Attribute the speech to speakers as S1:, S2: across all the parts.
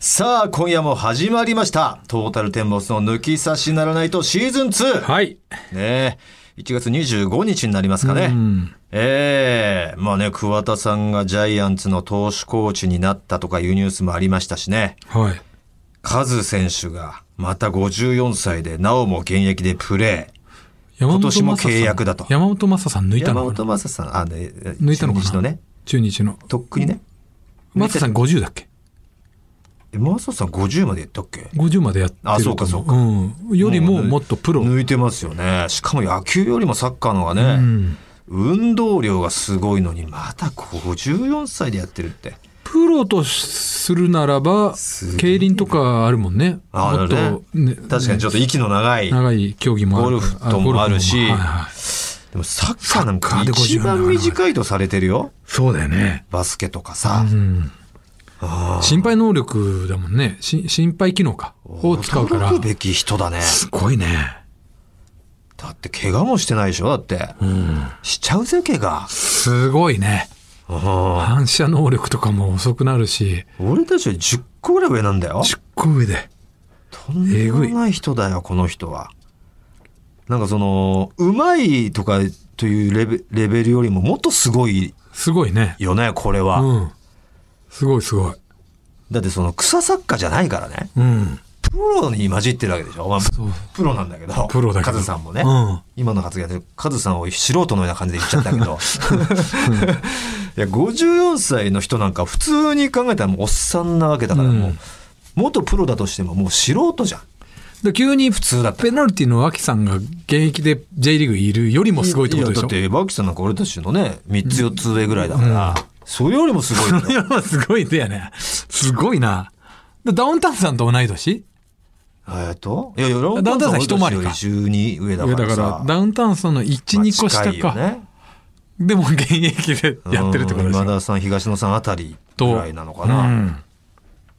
S1: さあ、今夜も始まりました。トータルテンボスの抜き差しならないとシーズン 2!
S2: はい。
S1: ねえ、1月25日になりますかね。ええまあね、桑田さんがジャイアンツの投手コーチになったとかいうニュースもありましたしね。
S2: はい。
S1: カズ選手がまた54歳でなおも現役でプレー。
S2: 山
S1: 今年も
S2: 雅さん
S1: 契約だと
S2: 山本昌さん抜いた
S1: 山
S2: の
S1: 本昌さん、あ、ね、
S2: 抜いたのか
S1: 中日
S2: な
S1: のね、
S2: 中日の。
S1: とっくにね。
S2: 昌さん50だっけ
S1: え、マサさん50までやったっけ
S2: ?50 までやってると思
S1: あそうかそうか
S2: うん。よりももっとプロ。
S1: 抜いてますよね。しかも野球よりもサッカーの方がね、運動量がすごいのに、まだ54歳でやってるって。
S2: プロとするならば
S1: すげえ、
S2: 競輪とかあるもんね。
S1: あ
S2: も
S1: あ
S2: っ
S1: るね
S2: と、ね、
S1: 確かにちょっと息の長い。
S2: 長い競技もあ
S1: ゴ
S2: る
S1: ルフともあるし
S2: ゴルフもはいはい
S1: でもサッカーなん
S2: サッ
S1: か
S2: カーで50
S1: 一番短いとされてるよ。
S2: そうだよね。
S1: バスケとかさ。
S2: うん。心配能力だもんね。し心配機能か。を使うから
S1: 驚く。べき人だね。
S2: すごいね。
S1: だって怪我もしてないでしょだって。しちゃうぜ、怪我。
S2: すごいね。
S1: うん
S2: 反射能力とかも遅くなるし、
S1: 俺たちより10個ぐらい上なんだよ。
S2: 10個上で。
S1: とんでもない人だよ、この人は。なんかその、うまいとかというレベレベルよりももっとすごい
S2: すごいね。
S1: よね、これは。
S2: うん。すごいすごい。
S1: だってその草作家じゃないからね。
S2: うん。
S1: プロに混じってるわけでしょ。まあ
S2: そう。
S1: プロなんだけど。
S2: プロだけど
S1: カズさんもね。
S2: うん
S1: 今の発言で、カズさんを素人のような感じで言っちゃったけど。 いや、54歳の人なんか普通に考えたらもうおっさんなわけだから、もう、元プロだとしてももう素人じゃん。
S2: で急に普
S1: 通だった
S2: ペナルティの脇さんが現役で J リーグいるよりもすごいってことでし
S1: やだ
S2: ょ
S1: って、バキさんなんか俺たちのね、3つ4つ上ぐらいだから、それよりもすごいんだ
S2: い
S1: よ。
S2: や、まあすごいんだよね。すごいな。でダウンタウンさんと同い年
S1: えっといやいや、ロ
S2: ダウンタウンさん一回りか
S1: 12上だ
S2: 上
S1: か
S2: だ
S1: ら
S2: か
S1: さ。
S2: ら、ダウンタウンさんの1、
S1: まあ
S2: 2個下
S1: 近いよ
S2: か。
S1: ね
S2: でも現役でやってるってこと
S1: うん
S2: で
S1: 今
S2: しょ。
S1: 田さん、東野さんあたりぐらいなのか
S2: う
S1: な。
S2: ん。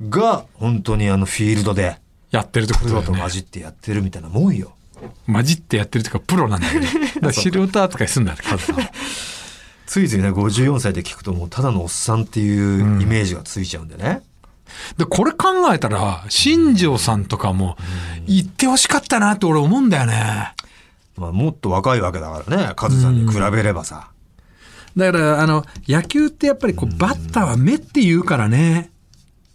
S1: が、本当にあのフィールドで、
S2: やってるってこ
S1: プ
S2: とだ
S1: ロ
S2: よ
S1: と
S2: ね。
S1: 混じってやってるみたいなもんよ。
S2: 混じってやってるっていうか、プロなんだ けど。だから素人扱いすんだね、カズさん。
S1: ついついね、54歳で聞くともうただのおっさんっていうイメージがついちゃうんでね。
S2: で、これ考えたら、新庄さんとかも、行ってほしかったなって俺思うんだよね。
S1: まあ、もっと若いわけだからね、カズさんに比べればさ。
S2: だから、あの、野球ってやっぱりこう、バッターは目って言うからね。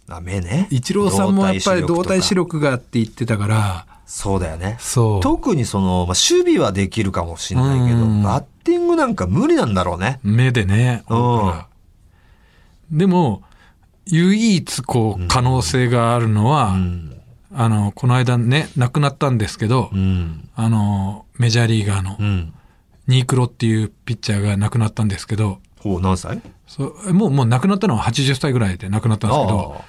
S1: あ、目ね。
S2: イチローさんもやっぱり動体視
S1: 力とか。
S2: 力がって言ってたから、
S1: そうだよね。
S2: そう。
S1: 特にその、まあ、守備はできるかもしれないけど、
S2: うん
S1: バッティングなんか無理なんだろうね。
S2: 目でね。でも、唯一こう、可能性があるのは、
S1: うん。
S2: あの、この間ね、亡くなったんですけど、
S1: うん。
S2: あの、メジャーリーガーの
S1: う、ん。
S2: ニークロっていうピッチャーが亡くなったんですけど、
S1: ほう、何歳
S2: そうもう、もう亡くなったのは80歳ぐらいで亡くなったんですけど、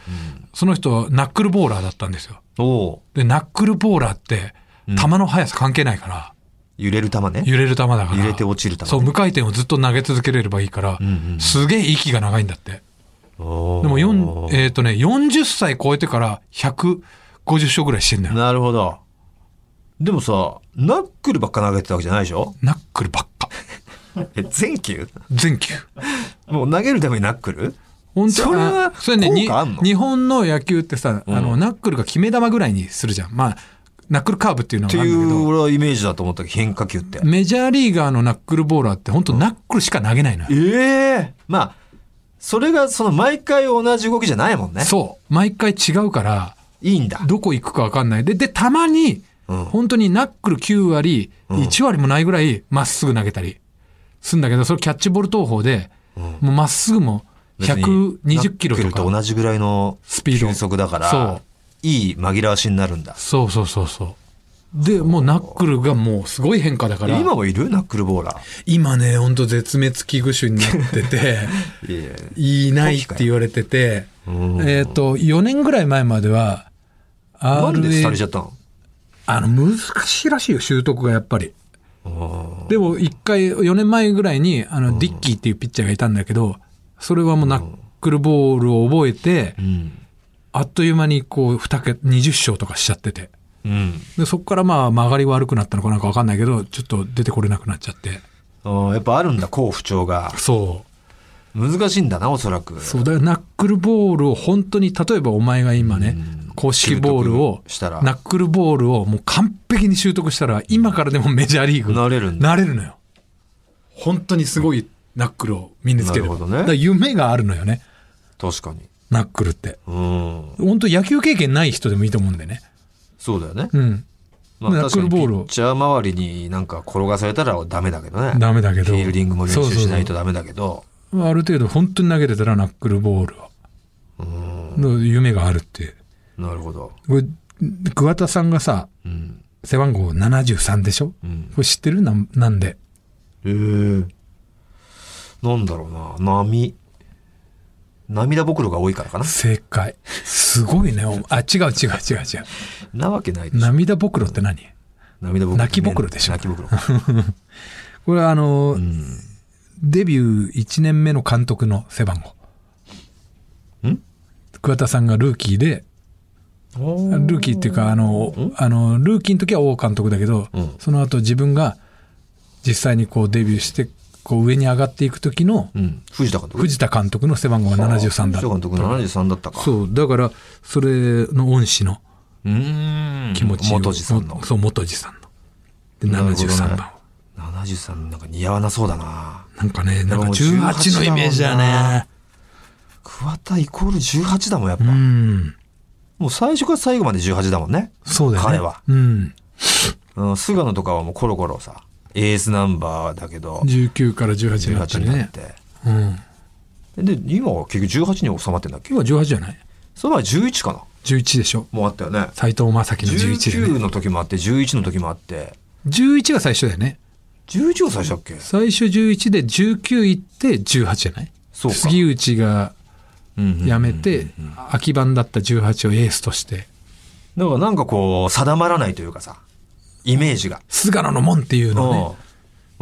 S2: その人はナックルボーラーだったんですよ。
S1: うん、おう
S2: で、ナックルボーラーって、球の速さ関係ないから、
S1: 揺れる球ね。
S2: 揺れる球だから。
S1: 揺れて落ちる球ね
S2: そう、無回転をずっと投げ続けれればいいから、
S1: んうん
S2: すげえ息が長いんだって。
S1: で
S2: でも、
S1: も
S2: 四えっ、とね、40歳超えてから150勝ぐらいしてんだよ。
S1: なるほど。でもさ、ナックルばっか投げてたわけじゃないでしょ
S2: ナックルばっか。
S1: え、全球
S2: 全球。
S1: もう投げるためにナックル
S2: 本当
S1: それは
S2: あそれね
S1: 効
S2: に
S1: 果あんの
S2: 日本の野球ってさ、あのナックルが決め球ぐらいにするじゃんまあナックルカーブっていう
S1: っ
S2: のが
S1: て
S2: あ
S1: い
S2: るんだ
S1: う、
S2: け
S1: 俺はイメージだと思ったけど、変化球って
S2: ど。メジャーリーガーのナックルボーラーって本当ナックルしか投げないのよ、
S1: ええまあ、それがその毎回同じ動きじゃないもんね。
S2: そう毎回違うから
S1: いいんだ。
S2: どこ行くか分かんないででたまに
S1: うん
S2: 本当にナックル9割、1割もないぐらいまっすぐ投げたりするんだけどそれキャッチボール投法でもうまっすぐも120キロ
S1: ナック
S2: と
S1: ルと
S2: か
S1: 同じぐらいの
S2: スピード
S1: 球速だか
S2: そう
S1: ら、いい紛らわしになるんだ。
S2: そうそうそうそうでもうナックルがもうすごい変化だから
S1: 今もいるナックルボーラ
S2: 今ね、ほんと絶滅危惧種になっ てて、
S1: ー。いやいや
S2: いないって言われてて、
S1: うん
S2: えっ、と、4年ぐらい前までは、
S1: なんでされちゃ
S2: RA、
S1: ったの
S2: あの、難しいらしいよ、習得がやっぱり。
S1: あ
S2: でも、一回、4年前ぐらいに、あの、ディッキーっていうピッチャーがいたんだけど、それはもうナックルボールを覚えて
S1: ーう、ん。
S2: あっという間にこう、2桁、20勝とかしちゃってて。
S1: うん。
S2: で、そこからまあ、曲がり悪くなったのかなんかわかんないけど、ちょっと出てこれなくなっちゃって。
S1: あーやっぱあるんだ、好不調が。
S2: そう。
S1: 難しいんだな、おそらく。
S2: そうだからナックルボールを本当に例えばお前が今ね公式ボール
S1: 習
S2: を
S1: 得したら
S2: ナックルボールをもう完璧に習得したら今からでもメジャーリーグ
S1: なれるんだ
S2: なれるのよ本当にすごいナックルを身につける
S1: なるほどね
S2: 夢があるのよね
S1: 確かに。
S2: ナックルって
S1: うん。
S2: 本当野球経験ない人でもいいと思うんだよね
S1: そうだよね。
S2: うん
S1: まあ、
S2: ナック
S1: 確か
S2: ル
S1: に
S2: ボ
S1: ピ
S2: ールを
S1: ッチャー周りになんか転がされたらダメだけどね。
S2: ダメだけ
S1: フ
S2: ど
S1: ィールディングも練
S2: そう
S1: 習
S2: そうそう
S1: しないとダメだけど。
S2: ある程度本当に投げてたらナックルボールはの夢があるっていう
S1: なるほど。
S2: これ桑田さんがさ
S1: うん。
S2: 背番号73でしょ、
S1: うん。
S2: これ知ってるなんなんで
S1: ええなんだろうな。波。涙袋が多いからかな。
S2: 正解すごいねおあ違う違う違う違う
S1: なわけないでしょ。
S2: 涙袋って何
S1: 涙袋。
S2: 泣き袋でしょ
S1: 泣き袋。
S2: これはあの、
S1: うん。
S2: デビュー1年目の監督の背番号
S1: ん
S2: 桑田さんがルーキーでルーキーっていうかあのあのルーキーの時は王監督だけど、
S1: うん
S2: その後自分が実際にこうデビューしてこう上に上がっていく時の
S1: うん。藤田監督。
S2: 藤田監督の背番号が73だ
S1: 藤田監督73だったか。う。
S2: そうだからそれの恩師の
S1: うーん。
S2: 気持ちを
S1: 元次さんの
S2: も。そう元次さんので
S1: なるほどね
S2: 73番
S1: 73なんか似合わなそうだな。
S2: なんかねなんか
S1: もう
S2: 18のイメージだ
S1: 18だもん
S2: ね
S1: な桑田イコール18だもん、やっぱ。
S2: うん
S1: もう最初から最後まで18だもんね。
S2: そうだよね
S1: 彼は。
S2: うん
S1: うん、菅野とかはもうコロコロさ、エースナンバーだけど、
S2: 19から18になった
S1: 18
S2: り
S1: になっ
S2: ね
S1: て。
S2: うん
S1: で、今は結局18に収まってんだっけ
S2: 今日は18じゃない
S1: その前11かな
S2: 11でしょ
S1: もうあったよね。
S2: 斎藤正樹の11で
S1: 19
S2: ね
S1: の時もあって、11の時もあって、
S2: 11が最初だよね
S1: 11を最初だっけ
S2: 最初11で19行って18じゃない
S1: そうか
S2: 杉内が
S1: や
S2: 辞めて秋番だった18をエースとして
S1: だからなんかこう、定まらないというかさ、イメージが。
S2: 菅野の門っていう
S1: うん。
S2: の
S1: も
S2: ね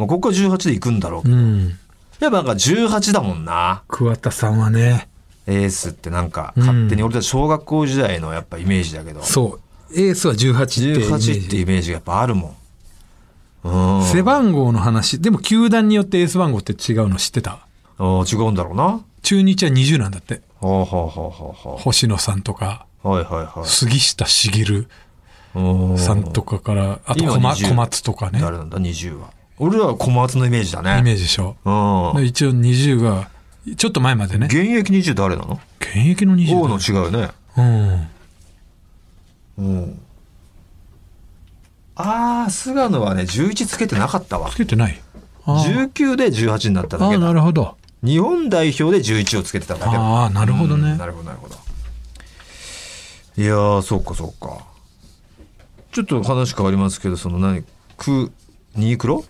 S1: うここは18で行くんだろう。
S2: うん
S1: やっぱなんか18だもんな。
S2: 桑田さんはね
S1: エースってなんか、勝手に俺たち小学校時代のやっぱイメージだけど、
S2: そうエースは18っていうイメージ
S1: 18ってイメージがやっぱあるもん。うん。
S2: 背番号の話でも球団によってエース番号って違うの知ってた
S1: あー違うんだろうな。は
S2: 中日は20なんだって
S1: あはあはあは
S2: 星野さんとか
S1: あ。はいはいはい。
S2: 杉下茂
S1: うん
S2: さんとかからあと
S1: 今
S2: 小ま
S1: 20
S2: 小松とかね
S1: 誰なんだ ?20 は。俺らは小松のイメージだね。
S2: イメージでしょ
S1: うん。
S2: 一応20がちょっと前までね
S1: 現役20誰なの
S2: 現役の
S1: ?O の
S2: 20
S1: 違うよね。
S2: うん
S1: うん。ああ、菅野はね、11つけてなかったわ
S2: つ。けてないあー
S1: 19で18になっただ
S2: あ
S1: け
S2: ーな
S1: だ。
S2: るほど
S1: 日本代表で11をつけてただけだ。
S2: ああなるほど
S1: うん
S2: ね
S1: なるほど、なるほど。いやー、そうか、そうか。ちょっと話変わりますけど、その何、く、ニークロ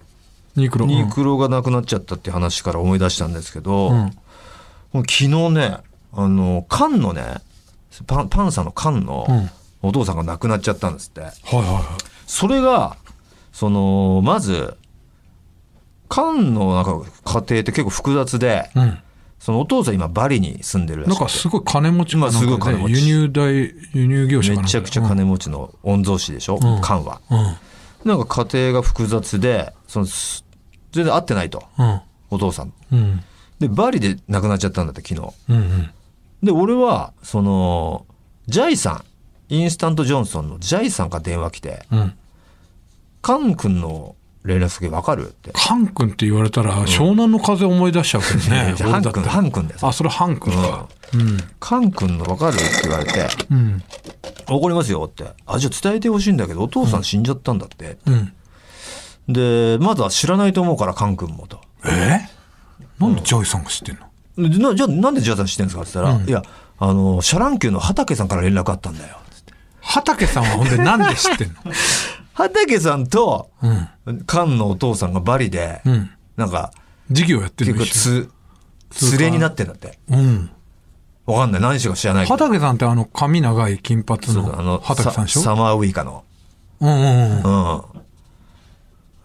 S2: ニクロ
S1: ニークロがなくなっちゃったって話から思い出したんですけど、
S2: うんうん
S1: もう昨日ね、あの、缶のね、パン、パンさんの缶の
S2: うん
S1: お父さんが亡くなっちゃったんですって。
S2: はいはいは
S1: それが、その、まず、缶のなんか家庭って結構複雑で、
S2: いうん
S1: そのお父さん今バリに住んでるら
S2: なん
S1: しく
S2: かすごい金持ち
S1: まあすごい金持ち
S2: 輸入代輸入業者
S1: て、
S2: かな
S1: めちゃくちゃ金持ちの御曹司でしょ、
S2: うん
S1: 缶は。
S2: うん
S1: なんか家庭が複雑で、その、す全然会ってないと、
S2: うん
S1: お父さん。
S2: うん
S1: で、バリで亡くなっちゃったんだって、昨日。
S2: うんうん
S1: で、俺は、その、ジャイさん、インスタントジョンソンのジャイさんから電話来て、
S2: うん
S1: カン君の連絡先わかるって。
S2: カン君って言われたら湘南の風思い出しちゃうけどね
S1: じゃあハン
S2: 俺だっ
S1: 君、
S2: て
S1: ハン君だよ。
S2: あそれハン君かうん
S1: カン君のわかるって言われて、
S2: うん
S1: わかりますよって。あ、じゃあ伝えてほしいんだけど、お父さん死んじゃったんだって。
S2: うん
S1: で、まだ知らないと思うから、カン君もと。
S2: えなんでジョイさんが知ってんの
S1: でなじゃあなんでジャイさん知ってんですかって言ったら、
S2: うん
S1: いや、あの、シャラン級の畑さんから連絡あったんだよ。
S2: 畑さんはほんでなんで知ってん の
S1: 畑さんと、
S2: うん
S1: カンのお父さんがバリで、
S2: うん
S1: なんか、
S2: 事業やってる
S1: 結
S2: の
S1: 構
S2: 一緒
S1: つ、連れになってんだって。
S2: にうん
S1: わかんない。何しか知らないけど。
S2: 畑さんってあの髪長い金髪
S1: あの
S2: の、畑さんでしょ
S1: サマーウイカの。
S2: うんうんうん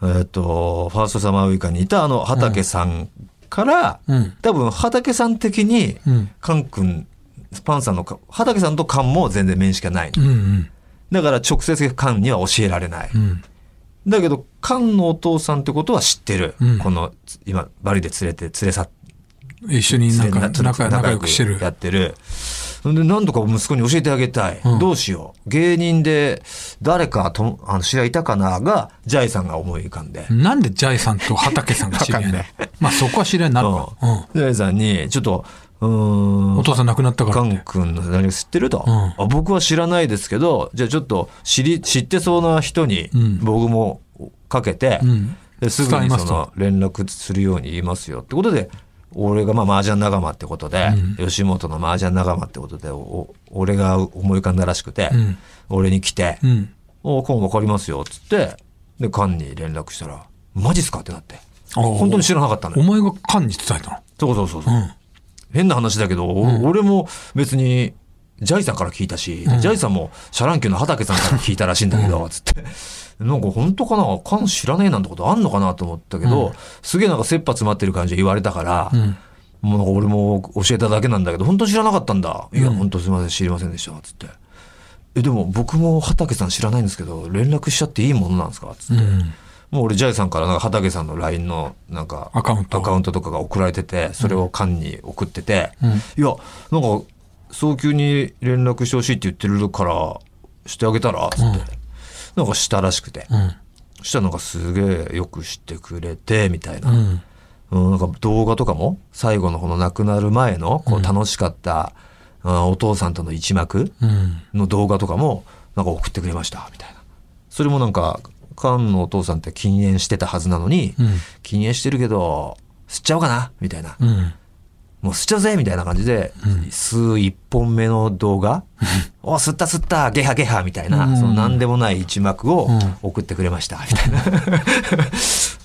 S1: うん。えっ、と、ファーストサマーウイカにいたあの畑さんから、
S2: うん
S1: 多分畑さん的に、
S2: うん
S1: カン君、パンさんのか、畑さんとカンも全然面識がないの。
S2: うんうん
S1: だから直接カンには教えられない。
S2: うん
S1: だけど、カンのお父さんってことは知ってる。
S2: うん
S1: この、今、バリで連れて、連れ去っ
S2: 一緒になんか
S1: ちょっと
S2: 仲仲良くしてる
S1: やってる。ほんで、何とか息子に教えてあげたい。
S2: うん
S1: どうしよう。芸人で、誰かと、あの、知り合いいたかなが、ジャイさんが思い浮かんで。
S2: なんでジャイさんと畑さんが知り合いなの
S1: わか
S2: まあそこは知り合いになるか。
S1: う
S2: うんん。
S1: ジャイさんに、ちょっと、うーん
S2: お。父さん亡くなったから
S1: カ
S2: っ
S1: ン
S2: て。
S1: 君の何を知ってると、
S2: うん
S1: あ僕は知らないですけどじゃあちょっと知り知ってそうな人に
S2: うん
S1: 僕もかけて、
S2: うん。
S1: ですぐ
S2: 伝え
S1: に
S2: ま
S1: そ
S2: す
S1: の
S2: と
S1: 連絡するように言いますよってことで俺がまあ麻雀仲間ってことで、吉本の麻雀仲間ってことでおお俺が思い浮かんだらしくて、
S2: うん
S1: 俺に来て
S2: うん。
S1: 「おカン分かりますよ」っつってでカンに連絡したら「マジっすか?」ってなって
S2: あー
S1: 本当に知らなかったの
S2: お
S1: よ。
S2: 前がカンに伝えた
S1: そうそうそうそう
S2: の。うん。
S1: 変な話だけど、お俺も別にジャイさんから聞いたし、ジャイさんもシャランキューの畑さんから聞いたらしいんだけど、つって。なんか本当かな缶知らねえなんてことあんのかなと思ったけど、すげえなんか切羽詰まってる感じで言われたから、
S2: うん。
S1: もうなんか俺も教えただけなんだけど、本当知らなかったんだ。いや、本当すいません、知りませんでした、つって。え、でも僕も畑さん知らないんですけど、連絡しちゃっていいものなんですかつって。
S2: うん。
S1: もう俺、ジャイさんからなんか畑さんの LINE のなんか
S2: アカウント
S1: アカウントとかが送られてて、それを缶に送ってて、
S2: うん
S1: いや、なんか、早急に連絡してほしいって言ってるから、してあげたらつって、なんかしたらしくて、
S2: うん。
S1: そしたらなんかすげえよくしてくれて、みたいな。
S2: うん。
S1: うん、なんか動画とかも、最後のこの亡くなる前の、こう楽しかった、うんお父さんとの一幕
S2: うん。
S1: の動画とかもなんか送ってくれましたみたいなそれもなんか菅のお父さんって禁煙してたはずなのに、
S2: うん
S1: 禁煙してるけど吸っちゃおうかなみたいな、
S2: うん。
S1: もう吸っちゃうぜみたいな感じで、吸う1本目の動画「お吸った吸ったゲハゲハ」みたいな、
S2: うん
S1: その何でもない一幕を
S2: うん
S1: 送ってくれましたみたいな、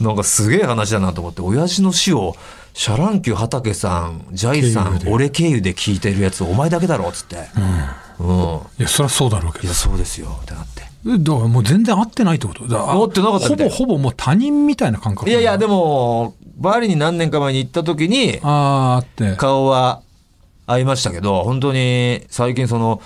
S1: なんかすげえ話だなと思って親父の死をシャランキュー畑さんジャイさ
S2: 経由
S1: ん
S2: で
S1: 俺経由で聞いてるやつお前だけだろっつって、うん、
S2: いや、そりゃそうだろうけ
S1: い
S2: ど
S1: や、。そうですよ、ってなって。
S2: えだからもう全然合ってないってことだから。
S1: 合ってなかったみ
S2: ほ
S1: たい
S2: ぼほぼもう他人みたいな感覚。
S1: いやいや、
S2: で
S1: でも、バリに何年か前に行った時に、
S2: あーあって。
S1: 顔は合いましたけど、本当に最近その、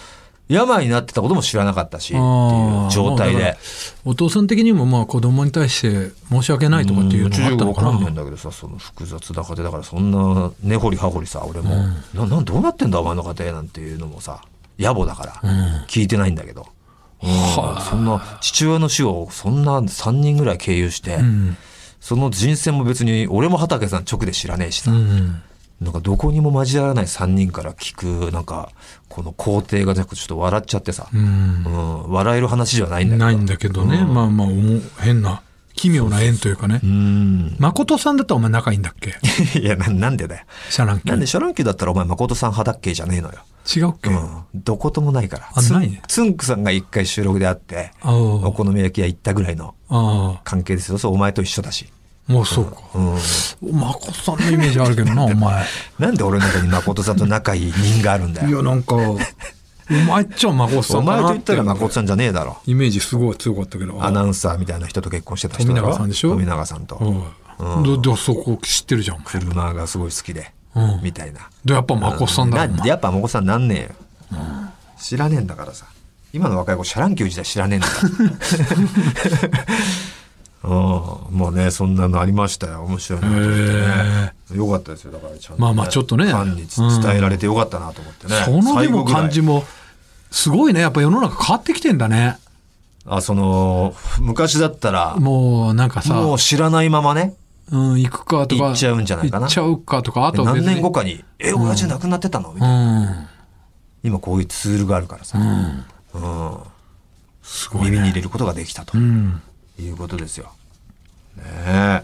S1: 病になってたことも知らなかったし、ってい
S2: あ
S1: う
S2: ー
S1: 状態
S2: もうだ
S1: で
S2: か。らお父さん的にもまあ子供に対して申し訳ないとかっていうのがあ
S1: うんちょっ
S2: ったのか
S1: とよくわかんないん
S2: な。
S1: だけどさ、その複雑な家庭だから、そんな根掘り葉掘りさ、俺も、な、なん、どうなってんだ、お前の家庭なんていうのもさ、野暮だから、聞いてないんだけど。うんそんな、父親の死をそんな3人ぐらい経由して、
S2: うん。
S1: その人選も別に、俺も畑さん直で知らねえし
S2: う
S1: さ、
S2: ん。
S1: なんかどこにも交わらない3人から聞く、なんか、この工程がなくちょっと笑っちゃってさ、
S2: う。
S1: うん笑える話じゃないんだけど。
S2: ないんだけどね、まあまあおも変な奇妙な縁というかね
S1: うーん。
S2: 誠さんだったらお前仲いいんだっけ
S1: いやな、なんでだよ。
S2: シャランキ
S1: なん
S2: ー
S1: で、シャランキューだったらお前誠さん派だっけじゃねえのよ。
S2: 違うっけ、
S1: うん。どこともないから。
S2: あ
S1: つん
S2: ないね
S1: つんくさんが一回収録で会って、
S2: あー
S1: お好み焼き屋行ったぐらいの
S2: あ
S1: 関係ですよ。そう、お前と一緒だし。
S2: あもうそうか、
S1: うん。
S2: 誠さんのイメージあるけどなお前
S1: なんで俺の中に誠さんと仲いい人があるんだ
S2: い
S1: よ。
S2: やなんかお前っちゃ誠さ
S1: お
S2: んか
S1: 前と
S2: な
S1: 言
S2: っ
S1: った
S2: て
S1: ら誠さんじゃねえだろ。
S2: イメージすごい強かったけど
S1: アナ
S2: あ
S1: ウンサーみたいな人と結婚してた人だろ
S2: 富永さんでしょ
S1: 富永さんと。
S2: あどどそこ知ってるじゃんお前
S1: 車がすごい好きで
S2: うん、
S1: みたいな。
S2: でやっぱ誠さんだろお
S1: な
S2: 前
S1: やっぱ誠さんなんねえよ。知らねえんだからさ。今の若い子、シャランキュー時代知らねえんだ から。うん、もうね、そんなのありましたよ。面白いなと思ってね。よかったですよ、だからちゃんと、
S2: まあまあちょっとね
S1: ファンに伝えられてよかったなと思ってね。
S2: そので
S1: 最後
S2: も
S1: ぐらい
S2: 感じもすごいねやっぱ世の中変わってきてんだね
S1: あ、その、昔だったら、
S2: もうなんかさ
S1: もう知らないままね。
S2: うん、行くかとか。
S1: 行っちゃうんじゃないかな
S2: 行っちゃうかとか、あとは
S1: 何
S2: 別に
S1: 年後かに、え、親父亡くなってたのみたいな
S2: うん。
S1: 今こういうツールがあるからさ、うん
S2: すごい
S1: 耳に
S2: ね。
S1: 入れることができたと
S2: うん。
S1: いうことですよ。ねえ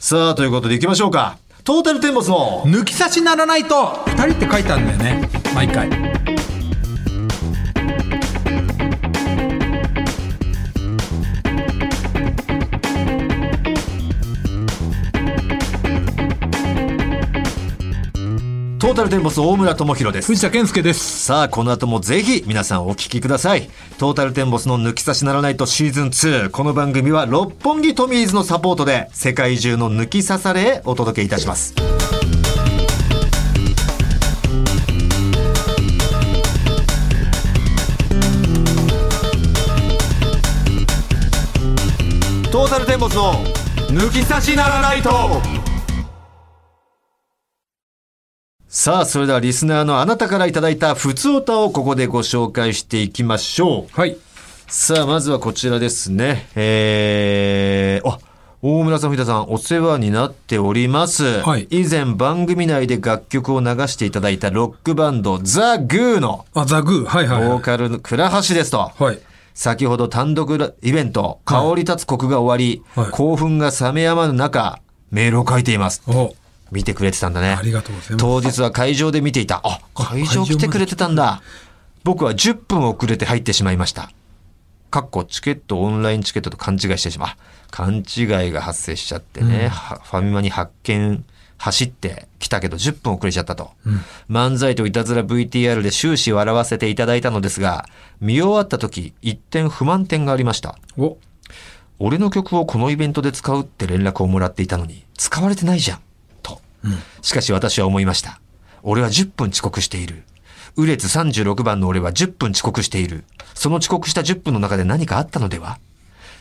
S1: さあということでいきましょうかトータルテンボスの
S2: 抜き差しならないと二人って書いてあるんだよね。毎回。
S1: トータルテンボス大村智弘です。
S2: 藤田健介です。
S1: さあこの後もぜひ皆さんお聞きくださいトータルテンボスの抜き差しならないとシーズン2この番組は六本木トミーズのサポートで世界中の抜き差されへお届けいたしますトータルテンボスの抜き差しならないとさあ、それではリスナーのあなたからいただいた普通歌をここでご紹介していきましょう。
S2: はい。
S1: さあ、まずはこちらですね。えー、あ大村さん、藤田さん、お世話になっております。
S2: はい
S1: 以前、番組内で楽曲を流していただいたロックバンド、ザ・グーの
S2: あ、ザグー。はいはい、
S1: ボー
S2: は
S1: カルの倉橋ですと。
S2: い。はい。
S1: 先ほど単独ライベント、香り立つ国が終わり、
S2: はい
S1: 興奮が冷めやまぬ中、メールを書いています。
S2: お
S1: 見てくれてたんだね。
S2: ありがとうございます
S1: 当日は会場で見ていた。あ、会場来てくれてたんだ。僕は10分遅れて入ってしまいました。かっこチケット、オンラインチケットと勘違いしてしまう。勘違いが発生しちゃってね、はファミマに発見、走ってきたけど10分遅れちゃったと。漫才といたずら VTR で終始笑わせていただいたのですが、見終わった時、一点不満点がありました。
S2: お
S1: 俺の曲をこのイベントで使うって連絡をもらっていたのに、使われてないじゃん、と。しかし私は思いました。俺は10分遅刻している。ウレツ36番の俺は10分遅刻している。その遅刻した10分の中で何かあったのでは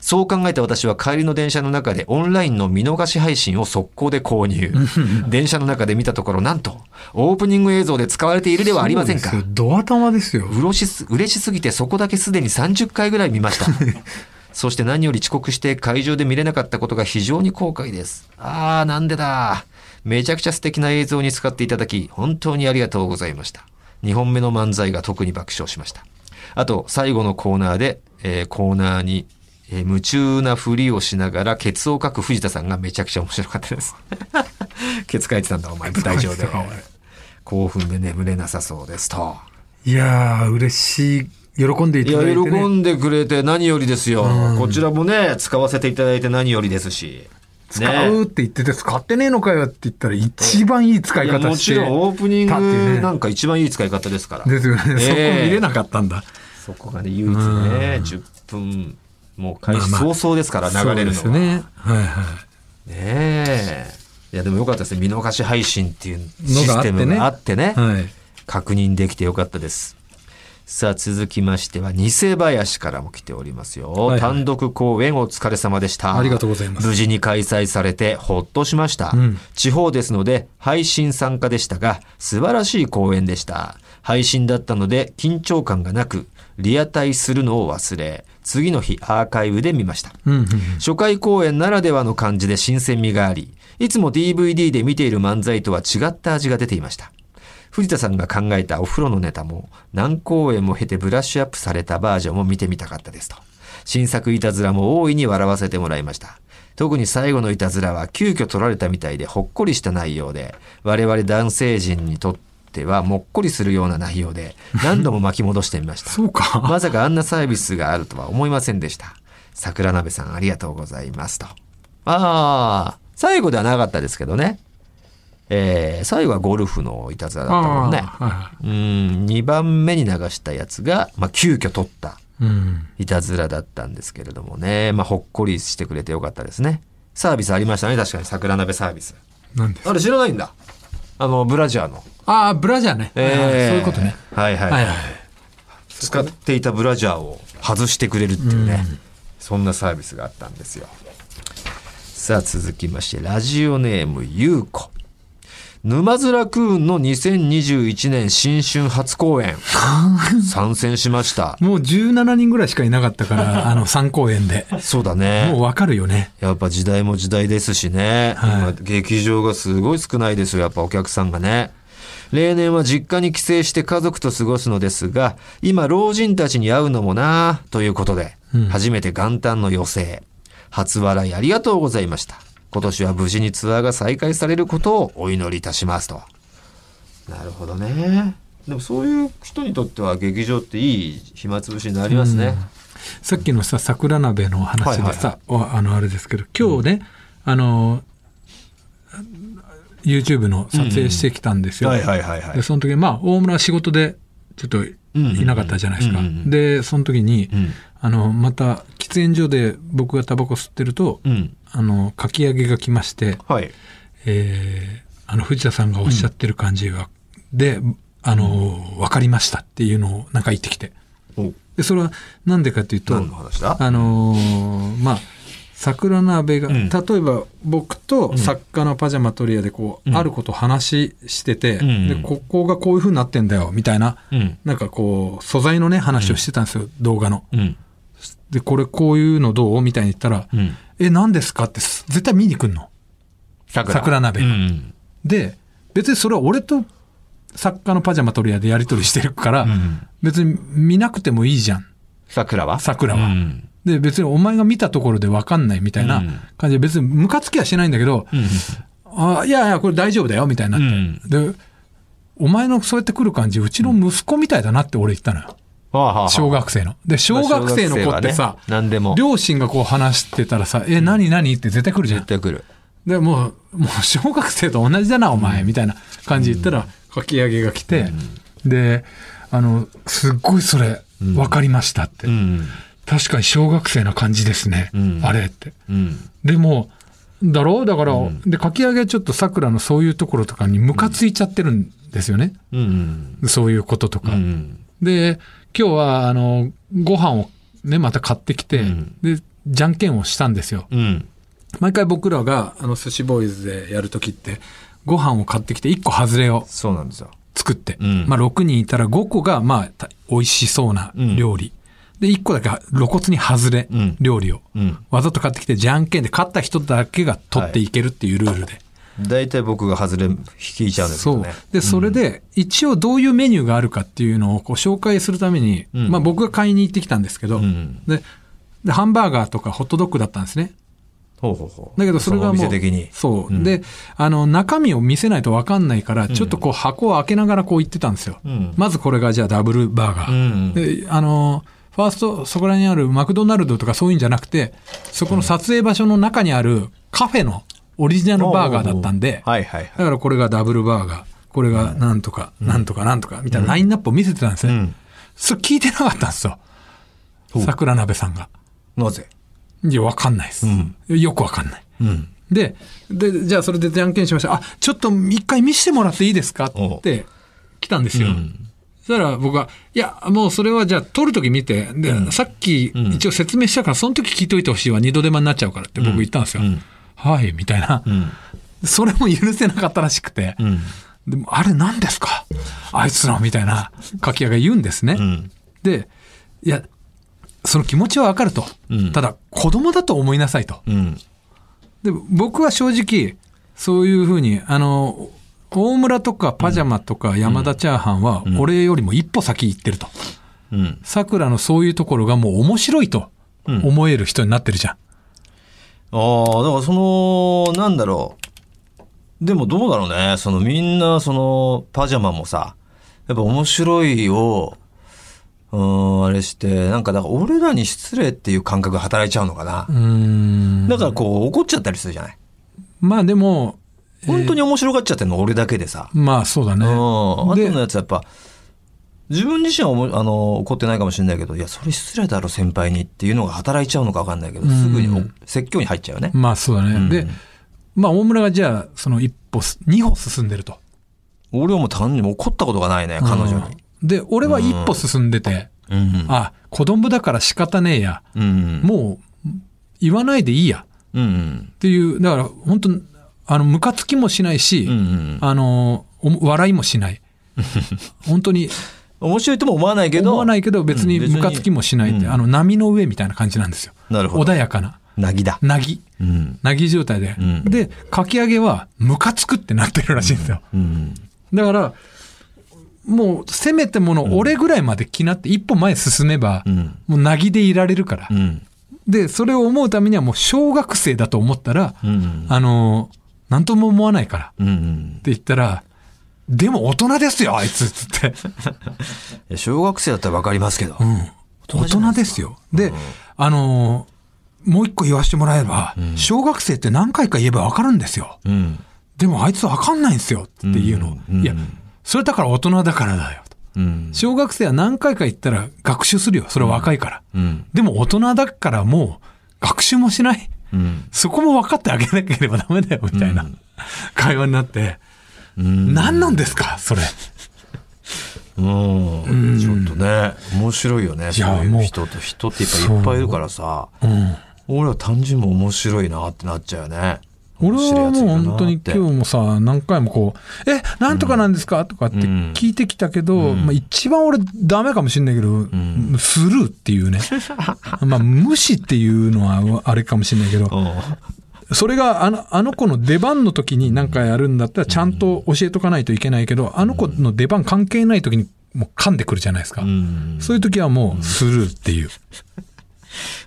S1: そう考えた私は帰りの電車の中でオンラインの見逃し配信を速攻で購入。電車の中で見たところ、なんと、オープニング映像で使われているではありませんか
S2: そうですよドア玉ですよ。
S1: うろしす、嬉しすぎてそこだけすでに30回ぐらい見ま した。そして何より遅刻して会場で見れなかったことが非常に後悔です。あー、なんでだ。めちゃくちゃ素敵な映像に使っていただき、本当にありがとうございました。2本目の漫才が特に爆笑しました。あと、最後のコーナーで、えーコーナーに、えー夢中なふりをしながら、ケツを書く藤田さんがめちゃくちゃ面白かった です。ケツ書いてたんだ、お前、舞台上で
S2: 書いてた お前。
S1: 興奮で眠れなさそうですと。
S2: いやー、嬉しい。喜んでい
S1: い
S2: た
S1: や、
S2: だいて、
S1: 喜
S2: ね。
S1: んでくれて何よりですよ。こちらもね、使わせていただいて何よりですし。
S2: 使う
S1: ね
S2: って言ってて、使ってねえのかよって言ったら、一番いい使い
S1: いや
S2: 方
S1: も
S2: して。
S1: ちろんオープニン
S2: たっていう
S1: グ
S2: ね
S1: なんか一番いい使い方ですから。
S2: ですよね。
S1: ええ
S2: そこ見れなかったんだ。
S1: そこがね、唯一ね、10分、もう開始
S2: まあま
S1: 早
S2: あ
S1: 々ですから、流れるの
S2: そう
S1: は。
S2: です
S1: ね
S2: ね。はいはい。
S1: え。いや、でもよかったですね。見逃し配信っていうシ
S2: のがあ
S1: ス
S2: って
S1: テ
S2: ね
S1: ムがあってね。
S2: はい。
S1: 確認できてよかったです。さあ続きましては偽林からも来ておりますよ、
S2: いはい
S1: 単独公演お疲れ様でした
S2: ありがとうございます
S1: 無事に開催されてほっとしました、
S2: うん
S1: 地方ですので配信参加でしたが素晴らしい公演でした配信だったので緊張感がなくリアタイするのを忘れ次の日アーカイブで見ました
S2: うんうんうん。
S1: 初回公演ならではの感じで新鮮味があり、いつも DVD で見ている漫才とは違った味が出ていました。藤田さんが考えたお風呂のネタも、何公演も経てブラッシュアップされたバージョンも見てみたかったですと。新作いたずらも大いに笑わせてもらいました。特に最後のいたずらは急遽取られたみたいでほっこりした内容で、我々男性陣にとってはもっこりするような内容で、何度も巻き戻してみました。
S2: そうか。
S1: まさかあんなサービスがあるとは思いませんでした。桜鍋さんありがとうございますと。ああ、最後ではなかったですけどね。えー最後はゴルフのいたずらだったもんね。
S2: あーは
S1: うん、2番目に流したやつが、まあ、急遽撮った
S2: いはい。うん。
S1: いたずらだったんですけれどもね。まあ、ほっこりしてくれてよかったですね。サービスありましたね。確かに桜鍋サービス。
S2: なんです
S1: あれ知らないんだ。あの、ブラジャーの。
S2: ああ、ブラジャーね。はいはい
S1: えー
S2: そういうことね。。
S1: はいはい。
S2: はいはい。
S1: 使っていたブラジャーを外してくれるっていうね、そんなサービスがあったんですよさあ続きましてラジオネームゆうこ沼津ラクーンの2021年新春初公演参戦しました
S2: もう17人ぐらいしかいなかっ たから、あの3公演で。
S1: そうだ
S2: も
S1: ね
S2: うわかるよね。
S1: やっぱ時代も時代ですしね、
S2: は
S1: 今
S2: い
S1: 劇場がすごい少ないですよやっぱお客さんがね例年は実家に帰省して家族と過ごすのですが今老人たちに会うのもなあということで、
S2: うん
S1: 初めて元旦の予定初笑いありがとうございました今年は無事にツアーが再開されることをお祈りいたしますとなるほどねでもそういう人にとっては劇場っていい暇つぶしになりますね、
S2: さっきのさ、桜鍋の話でさ、おあの、あれですけど、今日ね、あの、YouTube の撮影してきたんですよ。
S1: いはいは
S2: で、その時、まあ、大村は仕事で、ちょっと、いなかったじゃないですか。
S1: うんうんうん
S2: で、その時に、
S1: うん
S2: あの、また、喫煙所で僕がタバコ吸ってると、
S1: うん
S2: あの、かき揚げが来まして、
S1: はい
S2: えーあの、藤田さんがおっしゃってる感じは、で、あの、わかりましたっていうのをなんか言ってきて。
S1: お
S2: で、それはなんでかっていうと、
S1: 何の話だ
S2: あのーまあ、桜鍋が、
S1: ん
S2: 例えば僕と作家のパジャマトリアでこう、
S1: うん
S2: あることを話してて、
S1: ん
S2: でここがこういうふうになってんだよみたいな、
S1: うん
S2: なんかこう素材のね話をしてたんですよ、動画の。
S1: うん
S2: でこれこういうのどうみたいに言ったら「
S1: うん
S2: え何ですか?」ってす絶対見に来んの。
S1: 桜
S2: 桜鍋
S1: うん
S2: で別にそれは俺と作家のパジャマトリアでやり取りしてるから、
S1: ん
S2: 別に見なくてもいいじゃん
S1: 桜は
S2: 桜は。
S1: うん
S2: で別にお前が見たところで分かんないみたいな
S1: うん
S2: 感じで別にムカつきはしないんだけど、
S1: うん
S2: あいやいやこれ大丈夫だよみたいになって、でお前のそうやって来る感じうちの息子みたいだなって俺言ったのよ
S1: はあはあはあ
S2: 小学生の。で
S1: まあ
S2: 小学生の子っ
S1: 小学
S2: てさ
S1: 生はね、何でも
S2: 両親がこう話してたらさ「え何何?」って絶対来るじゃん
S1: 絶。対来る
S2: でもうもう小学生と同じだなお前、みたいな感じ言ったらかき上げが来て、であのすっごいそれ分かりましたって、
S1: うん
S2: 確かに小学生な感じですね、
S1: うん
S2: あれって。
S1: うん
S2: でもだろうだから、でかき上げはちょっとさくらのそういうところとかにムカついちゃってるんですよね、
S1: うん
S2: そういうことと
S1: う
S2: か。
S1: ん
S2: で今日はあのご飯をねまた買ってきて、
S1: ん
S2: でじゃんけんをしたんですよ。
S1: うん
S2: 毎回僕らがあの寿司ボーイズでやる時ってご飯を買ってきて1個外れを
S1: そうなんですよ
S2: 作って、
S1: うん
S2: まあ、6人いたら5個がまあた美味しそうな料理、で1個だけ露骨に外れ
S1: うん
S2: 料理を、
S1: うん
S2: わざと買ってきてじゃんけんで勝った人だけが取っていけるっていうルールで、
S1: 大体僕が外れ引いちゃうんですけ
S2: そ
S1: ど
S2: う
S1: ね
S2: でそれで一応どういうメニューがあるかっていうのをこう紹介するために、
S1: ん
S2: まあ、僕が買いに行ってきたんですけど、
S1: ん
S2: ででハンバーガーとかホットドッグだったんですね
S1: ほうほうほう
S2: だけどそれがもう
S1: のお店的に
S2: そう、
S1: ん
S2: であの中身を見せないと分かんないからちょっとこう箱を開けながらこう言ってたんですよ、
S1: ん
S2: まずこれがじゃあダブルバーガー、
S1: うん
S2: であのファーストそこらにあるマクドナルドとかそういうんじゃなくてそこの撮影場所の中にあるカフェのオリジナルバーガーだったんで、
S1: はいはいはい
S2: だからこれがダブルバーガーこれがなんとか、なんとかなんとかみたいなラインナップを見せてたんですね、
S1: ん
S2: それ聞いてなかったんですよ
S1: ほう
S2: 桜鍋さんが
S1: なぜ
S2: いやわかんないです、よくわかんない
S1: うん
S2: でで、じゃあそれでじゃんけんしました。あ、ちょっと一回見せてもらっていいですかって来たんですよ。そしたら僕は、いや、もうそれはじゃあ撮るとき見て、で、さっき一応説明したから、その時聞いといてほしいわ、二度手間になっちゃうからって僕言ったんですよ。はい、みたいな、それも許せなかったらしくて、でもあれ何ですかあいつらみたいな書き上が言うんですね。で、いや、その気持ちはわかると。ただ、子供だと思いなさいと。
S1: うん
S2: で僕は正直そういうふうにあの大村とかパジャマとか山田チャーハンは俺よりも一歩先行ってると
S1: うん
S2: さくらのそういうところがもう面白いと思える人になってるじゃん、
S1: ああ、だからその、なんだろう。でもどうだろうね。そのみんな、その、パジャマもさ、やっぱ面白いを、うーん、あれして、なんか、だから俺らに失礼っていう感覚が働いちゃうのかな
S2: う。ーん
S1: だからこう怒っちゃったりするじゃない。
S2: まあでも
S1: 本当に面白がっちゃってんの俺だけでさ。
S2: まあそうだね
S1: うん。あと
S2: で
S1: のやつやっぱ、自分自身はおもあの怒ってないかもしれないけど、いや、それ失礼だろ、先輩にっていうのが働いちゃうのか分かんないけど、すぐにお説教に入っちゃうよね。
S2: まあそうだね、でまあ大村がじゃあその一歩す二歩進んでると
S1: 俺はもう単に怒ったことがないね、彼女に。
S2: うんで俺は一歩進んでて、
S1: うん。
S2: あ子供だから仕方ねえや
S1: うん。
S2: もう言わないでいいや
S1: うん
S2: っ。ていう、だから本当あの、ムカつきもしないし、
S1: うん。
S2: あの、お笑いも しない。本当に
S1: 面白いとも思わないけど。
S2: 思わないけど別に
S1: うん別に
S2: ムカつきもしないって、あの波の上みたいな感じなんですよ。
S1: なるほど。
S2: 穏やかな。
S1: なぎだ。
S2: なぎ。
S1: うん。
S2: なぎ状態で。
S1: ん
S2: で、かき揚げはムカつくってなってるらしいんですよ。
S1: うん。
S2: だから、もうせめてもの俺ぐらいまで気なって一歩前進めば、
S1: うん。
S2: もうなぎでいられるから
S1: う。ん。
S2: で、それを思うためにはもう小学生だと思ったら、
S1: うん。
S2: あの、なんとも思わないから。
S1: うん
S2: っ。て言ったら、でも大人ですよ、あいつっつって。
S1: いや小学生だったらわかりますけど
S2: う。ん大人ですよ。で、あのーもう一個言わせてもらえば、小学生って何回か言えばわかるんですよ。
S1: うん。
S2: でもあいつわかんないんですよっていうの。
S1: うんうん
S2: いや、それだから大人だからだよと。
S1: うん。
S2: 小学生は何回か言ったら学習するよ。それは若いから。
S1: うん。
S2: でも大人だからもう学習もしない。
S1: うん。
S2: そこも分かってあげなければダメだよ、みたいな会話になって。
S1: うん
S2: 何なんですか、それ。
S1: うん。ちょっとね、面白いよね。
S2: い
S1: そう
S2: や
S1: い
S2: もう
S1: う人と人ってやっぱいっぱいいるからさ。
S2: うん。
S1: 俺は単純に面白いなってなっちゃうよね。
S2: 俺はもう本当に今日もさ何回もこう「えなんとかなんですか?」とかって聞いてきたけど、
S1: うん
S2: まあ、一番俺ダメかもしれないけど、
S1: ん
S2: スルーって いうねまあ無視っていうのはあれかもしれないけど
S1: うん
S2: それがあのあの子の出番の時に何かやるんだったらちゃんと教えとかないといけないけどあの子の出番関係ない時にもう噛んでくるじゃないですか、
S1: うん
S2: そういう時はもうスルーっていう、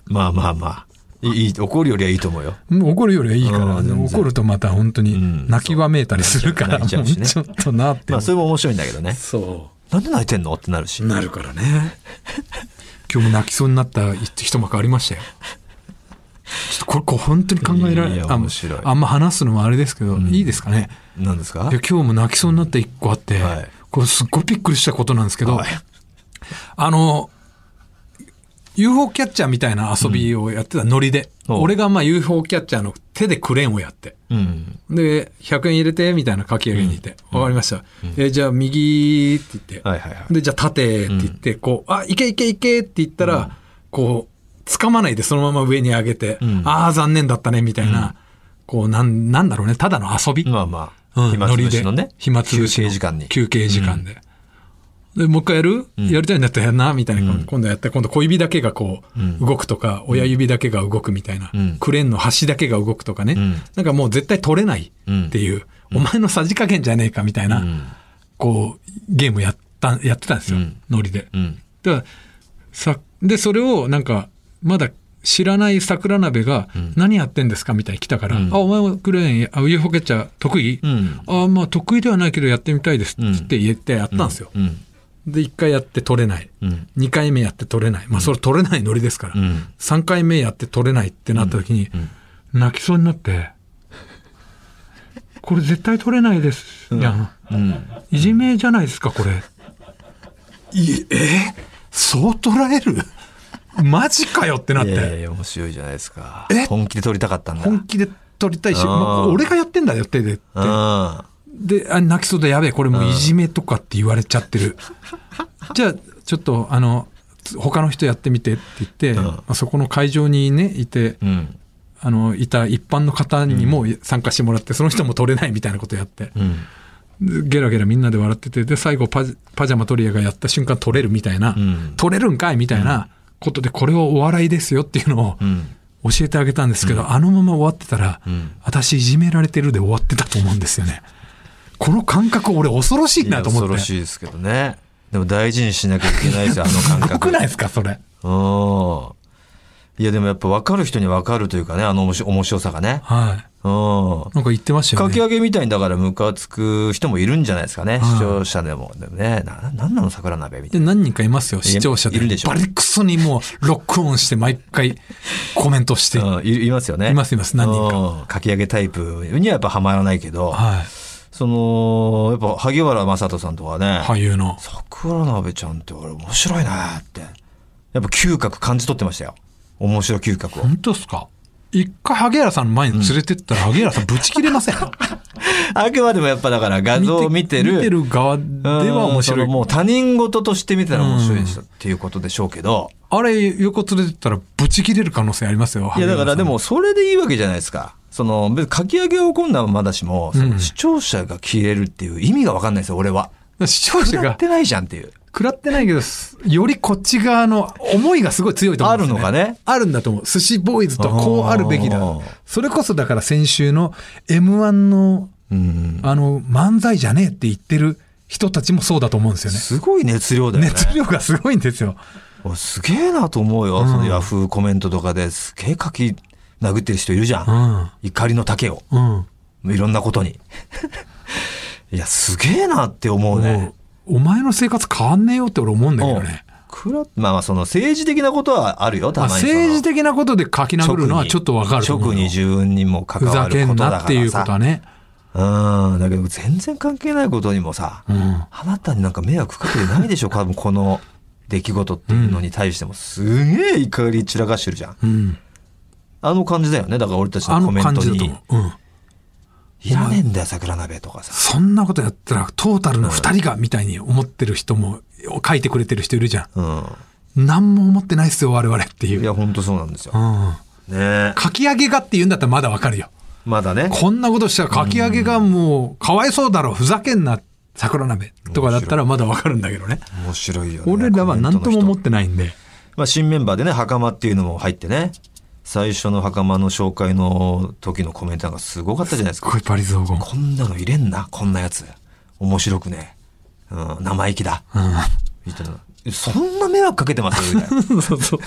S1: まあまあまあいいいい怒るよりはいいと思うよ。
S2: もう怒るよりはいいか
S1: う
S2: ら
S1: ん全然
S2: 怒るとまた本当
S1: うん
S2: に泣きわめいたりするから、
S1: そう泣いちゃ
S2: も
S1: う
S2: う
S1: しね
S2: ちょっとなって、
S1: まあそれも面白いんだけどね。
S2: そ
S1: なんで泣いてんのってなるし。
S2: なるからね。今日も泣きそうになった一一幕ありましたよ。ちょっとこれ、こう本当に考えられ
S1: いや
S2: あ
S1: 面白い
S2: あんま話すのもあれですけど、いいですかね。
S1: なんですか
S2: いや今日も泣きそうになった一個あって、
S1: はい
S2: これすっごいびっくりしたことなんですけど、
S1: はい
S2: あの、UFO キャッチャーみたいな遊びをやってたノリで、
S1: お
S2: 俺がまあ UFO キャッチャーの手でクレーンをやって、
S1: うん。
S2: で、100円入れて、みたいな書き上げにいて、わ、かりました。えーじゃあ右って言って、
S1: はいはいはい
S2: で、じゃあ縦って言って、こう、あ、いけいけいけって言ったら、こう、掴まないでそのまま上に上げて、
S1: ん
S2: ああ、残念だったね、みたいな、こう、なん、なんだろうね、ただの遊び。
S1: まあま
S2: う
S1: あ、
S2: ん
S1: 暇つぶしのね。
S2: 暇つぶし
S1: 休
S2: の
S1: 憩時間に。
S2: 休憩時間で。で、もう一回やる、やりたいんだったらやんなみたいな、今度やって、今度小指だけがこう、動くとか、親指だけが動くみたいな、
S1: ん
S2: クレーンの端だけが動くとかね、
S1: ん
S2: なんかもう絶対取れないっていう、お前のさじ加減じゃねえかみたいな、
S1: ん
S2: こう、ゲームやった、やってたんですよ、
S1: うん
S2: ノリで。
S1: うん。
S2: だからさでそれをなんかまだ知らない桜鍋が「何やってんですか?」みたいに来たから「
S1: うん
S2: あお前もクレーンあ UFO キャッチャー得意
S1: うん
S2: あまあ得意ではないけどやってみたいです」って言ってやったんですよ。
S1: うん。
S2: で1回やって取れない
S1: うん。
S2: 2回目やって取れないまあそれ取れないノリですから、
S1: うん。
S2: 3回目やって取れないってなった時に、泣きそうにな って「これ絶対取れないです」やん
S1: うん。
S2: いじめじゃないですか、これ。いえそう捉えるマジかよってなっ
S1: い
S2: て。
S1: やいやいや、面白いじゃないですか
S2: え。
S1: 本気で撮りたかったんだ。
S2: 本気で撮りたいし、
S1: あー
S2: まあ俺がやってんだよ、手でって。
S1: うん。
S2: で、あ泣きそうでやべえ、これもういじめとかって言われち ゃってる。じゃあ、ちょっと、あの、他の人やってみてって言って、
S1: ん
S2: まあそこの会場にね、いて、
S1: うん。
S2: あの、いた一般の方にも参加してもらって、その人も撮れないみたいなことやって。
S1: うん。
S2: でゲラゲラみんなで笑ってて、で、最後パジ、パジャマトリアがやった瞬間取れるみたいな、
S1: ん
S2: 取れるんかいみたいなことで、これはお笑いですよっていうの
S1: うん。
S2: を教えてあげたんですけど、あのまま終わってたら、
S1: ん
S2: 私いじめられてるで終わってたと思うんですよね。この感覚、俺恐ろし
S1: い
S2: い
S1: や
S2: なと思って。
S1: 恐ろしいですけどね。でも大事にしなきゃいけない ですよ、あの感
S2: すご
S1: 覚。
S2: くないですか、それ。
S1: うん。いや、でもやっぱ分かる人に分かるというかね、あの面白面白さがね。
S2: は
S1: うん。
S2: い。なんか言ってましたよ
S1: かき
S2: ね。
S1: 上げみたいにだからムカつく人もいるんじゃないですかね、
S2: はい
S1: 視聴者でも。でもね、な、なんなの桜鍋みた
S2: で
S1: いな。
S2: 何人かいますよ、視聴者で。
S1: いるでしょ
S2: バリクソにもう、ロックオンして、毎回、コメントして。は
S1: うん、いいますよね。
S2: いますいます何人か
S1: か。かき上げタイプにはやっぱハマらないけど、
S2: い。
S1: その、やっぱ萩原正人さんとかね、
S2: 俳優の。
S1: 桜鍋ちゃんって俺面白いなって。やっぱ嗅覚感じ取ってましたよ。面白嗅 覚を。
S2: 本当ですか一回萩原さんの前に連れてったら、萩原さんぶち切れ ません
S1: あくまでもやっぱだから画像を見てる。
S2: 見てる側では
S1: う
S2: 面白
S1: んその
S2: い。
S1: もう他人事として見てたら面白いでしょっていうことでしょうけど。
S2: あれ、横連れてったらぶち切れる可能性ありますよ。
S1: いやだから
S2: 萩原さ
S1: で
S2: ん。
S1: もそれでいいわけじゃないですか。その別に書き上げを怒んなはまだしも、その視聴者が消えるっていう意味がわかんないですよ、俺は。
S2: 視聴者
S1: やっ
S2: が、
S1: てないじゃんっていう。
S2: 食らってないけど、すよりこっち側の思いがすごい強いと思
S1: あ
S2: うんで
S1: る
S2: すよ、
S1: の
S2: ね。
S1: かね。
S2: あるんだと思う。寿司ボーイズとはこうあるべきだ
S1: あー。
S2: それこそだから先週の M1 の、
S1: うん。
S2: あの、漫才じゃねえって言ってる人たちもそうだと思うんですよね。
S1: すごい熱量だよね。
S2: 熱量がすごいんですよ。
S1: 俺すげえなと思うよ。そのヤフーコメントとかですげえ書き殴ってる人いるじゃ。
S2: うんん。
S1: 怒りの丈を。
S2: うん。
S1: いろんなことに。 いや、すげえなって思うね。
S2: おお前の生活変わんねえよって俺思うんだけどね。
S1: くらまあまあその政治的なことはあるよ、た
S2: ま
S1: ま
S2: あ、
S1: にその。
S2: 政治的なことで書き殴るのはちょっとわかると思う
S1: 直
S2: よ
S1: に自分にも
S2: ふ
S1: 関わ
S2: ざ
S1: る
S2: け
S1: こ
S2: ん
S1: とだからさ。
S2: なっていうことはね。
S1: うん、だけど全然関係ないことにもさ、
S2: うん。
S1: あなたになんか迷惑かけて ないでしょ、多分この出来事っていうのに対しても、すげえ怒り散らかしてるじゃん。
S2: うん。
S1: あの感じだよね、だから俺たち
S2: あ
S1: のコ
S2: の
S1: メン
S2: 感
S1: ト
S2: じだと
S1: に
S2: 思。う。うん。
S1: いらねえんだよ、桜鍋とかさ。
S2: そんなことやったら、トータルの二人がみたいに思ってる人も、書いてくれてる人いるじゃ
S1: うん。
S2: ん。何も思ってないっすよ、我々ってい。
S1: いうや、ほんとそうなんですよ
S2: う。ん。
S1: ね
S2: かき揚げがって言うんだったらまだわかるよ。
S1: まだね。
S2: こんなことしたらかき揚げがもう、かわいそうだろ、ふざけんな、桜鍋とかだったらまだわかるんだけどね。
S1: 面白いよね。
S2: 俺らは何とも思ってないんで。
S1: まあ、新メンバーでね、袴っていうのも入ってね。最初の袴の紹介の時のコメントがすごかったじゃないですか。
S2: これパリ雑 言。
S1: こんなの入れんな、こんなやつ。面白くね。うん、生意気だ。みたいな。そんな迷惑かけてますみたい な。
S2: うん。そうそ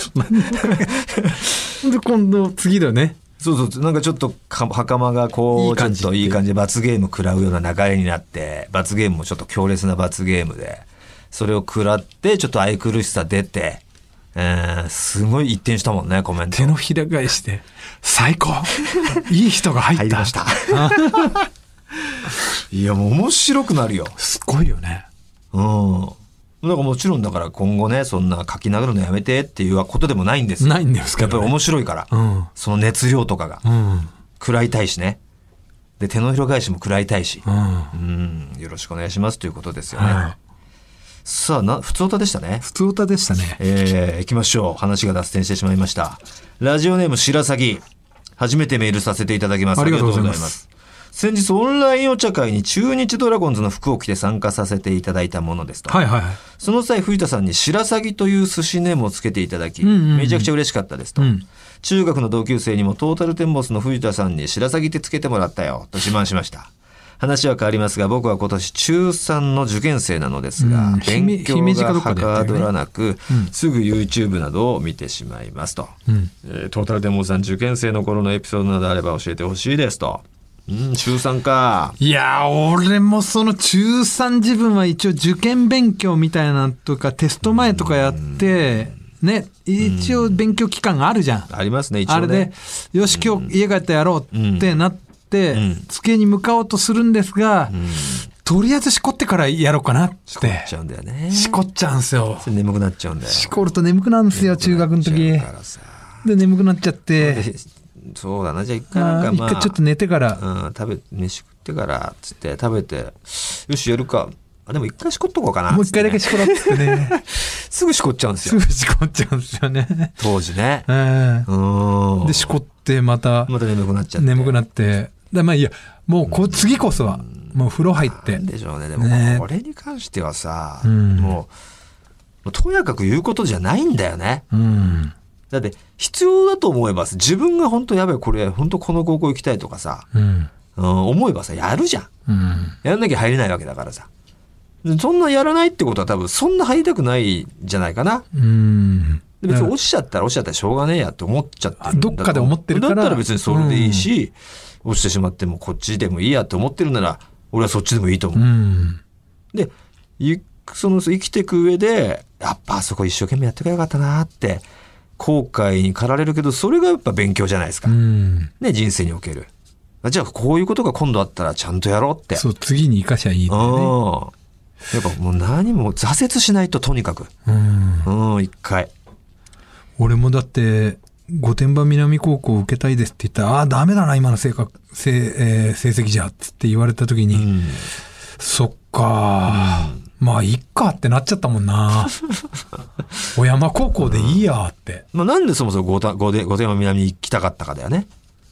S2: う。で、今度、次だよね。
S1: そうそう、なんかちょっとか、袴がこう、
S2: いい感じ
S1: ちょっといい感じで罰ゲーム食らうような流れになって、罰ゲームもちょっと強烈な罰ゲームで、それを食らって、ちょっと愛くるしさ出て、えー、すごい一転したもんね、コメント。
S2: 手のひら返して、最高いい人が入った。
S1: 入りました。 いや、もう面白くなるよ。
S2: すごいよね。
S1: うん。だからもちろんだから今後ね、そんな書き殴るのやめてっていうことでもないんですよ。
S2: ないんですけ
S1: やっぱ
S2: ど、
S1: り
S2: ね。
S1: 面白いから。
S2: うん
S1: その熱量とかが。
S2: うん。うん。
S1: 食らいたいしね。で、手のひら返しも食らいたいし。うん、よろしくお願いしますということですよね。
S2: はい
S1: さあ、な、普通歌でしたね。
S2: 普通歌でしたね。
S1: えー、行きましょう。話が脱線してしまいました。ラジオネーム白鷺。初めてメールさせていただきます。
S2: ありがとうございま
S1: あ
S2: す
S1: りがとう先日オンラインお茶会に中日ドラゴンズの服を着て参加させていただいたものですと。
S2: はいはいはい。
S1: その際、藤田さんに白鷺という寿司ネームをつけていただき、
S2: んうんうん
S1: めちゃくちゃ嬉しかったですと。
S2: うん
S1: 中学の同級生にもトータルテンボスの藤田さんに白鷺ってつけてもらったよと自慢しました。話は変わりますが、僕は今年中3の受験生なのですが、
S2: うん
S1: 勉強
S2: 姫路
S1: が
S2: かどっか
S1: は
S2: でやっ
S1: か
S2: たよ
S1: ど
S2: ね
S1: らなく、すぐ YouTube などを見てしまいますと。
S2: うん。
S1: えートータルテンボスさん受験生の頃のエピソードなどあれば教えてほしいですと。うん、中3か。
S2: いやー、俺もその中3自分は一応受験勉強みたいなのとか、テスト前とかやって、ね、一応勉強期間があるじゃん。
S1: ありますね、一
S2: あ
S1: 応
S2: れで
S1: ね。、
S2: よし、今日家帰ってやろうってなって、
S1: ん
S2: 机に向かおうとするんですが、とりあえずしこってからやろうかなって。しこ
S1: ちゃうんだよね。
S2: っちゃうんすよ。
S1: 眠くなっちゃうんだよ。
S2: しこると眠くなるんですよ、中学の時。
S1: なっち
S2: で
S1: ゃうか、らさ
S2: 眠くなっちゃって。
S1: そうだな、じゃあ一回なん
S2: あ
S1: か
S2: ー一
S1: まあ、
S2: 回ちょっと寝てから。
S1: うん、食べ、飯食ってから、つって食べて、よし、やるか。あ、でも一回しこっとこうかな。
S2: もう一回だけ
S1: つっ
S2: しころっつってね。
S1: てねすぐしこっちゃうんです
S2: す
S1: よ。
S2: ぐしこっちゃうんですよね。
S1: 当時ね。
S2: うん
S1: うーん。
S2: で、しこってまた
S1: また眠くなっちゃって。
S2: 眠くなって。だまあいいや、もうこう次こそは、もう風呂入って
S1: なん。でしょうね。でも
S2: ね、
S1: これに関してはさ、
S2: うん
S1: もう、もうとやかく言うことじゃないんだよね。
S2: うん。
S1: だって、必要だと思えばさ、自分が本当やべえ、これ、本当この高校行きたいとかさ、
S2: うん。
S1: うん、思えばさ、やるじゃん。
S2: うん。
S1: やんなきゃ入れないわけだからさ。そんなやらないってことは多分そんな入りたくないんじゃないかな。
S2: うん。
S1: で別に落ちちゃったら落ちちゃったらしょうがねえやって思っちゃってるんだと
S2: あどっかで思ってるから
S1: だったら別にそれでいいし、落ちてしまってもこっちでもいいやって思ってるなら、俺はそっちでもいいと思
S2: う
S1: う。
S2: ん。
S1: で、いその生きていく上で、やっぱあそこ一生懸命やってきゃよかったなって、後悔に駆られるけど、それがやっぱ勉強じゃないです
S2: う
S1: か。
S2: ん。
S1: ね、人生における。じゃあこういうことが今度あったらちゃんとやろうって。
S2: そう、次に生かしゃいいってね。
S1: うん。やっぱもう何も挫折しないととにかく。
S2: うん。
S1: うん、一回。
S2: 俺もだって、御殿場南高校受けたいですって言ったら、ああー、ダメだな、今の性格、せえー成績じゃ、つって言われた時に、
S1: うん。
S2: そっか、まあ、いっかってなっちゃったもん な。小山高校でいいやって。
S1: まあ、なんでそもそも御殿御殿御殿場南に行きたかったかだよね。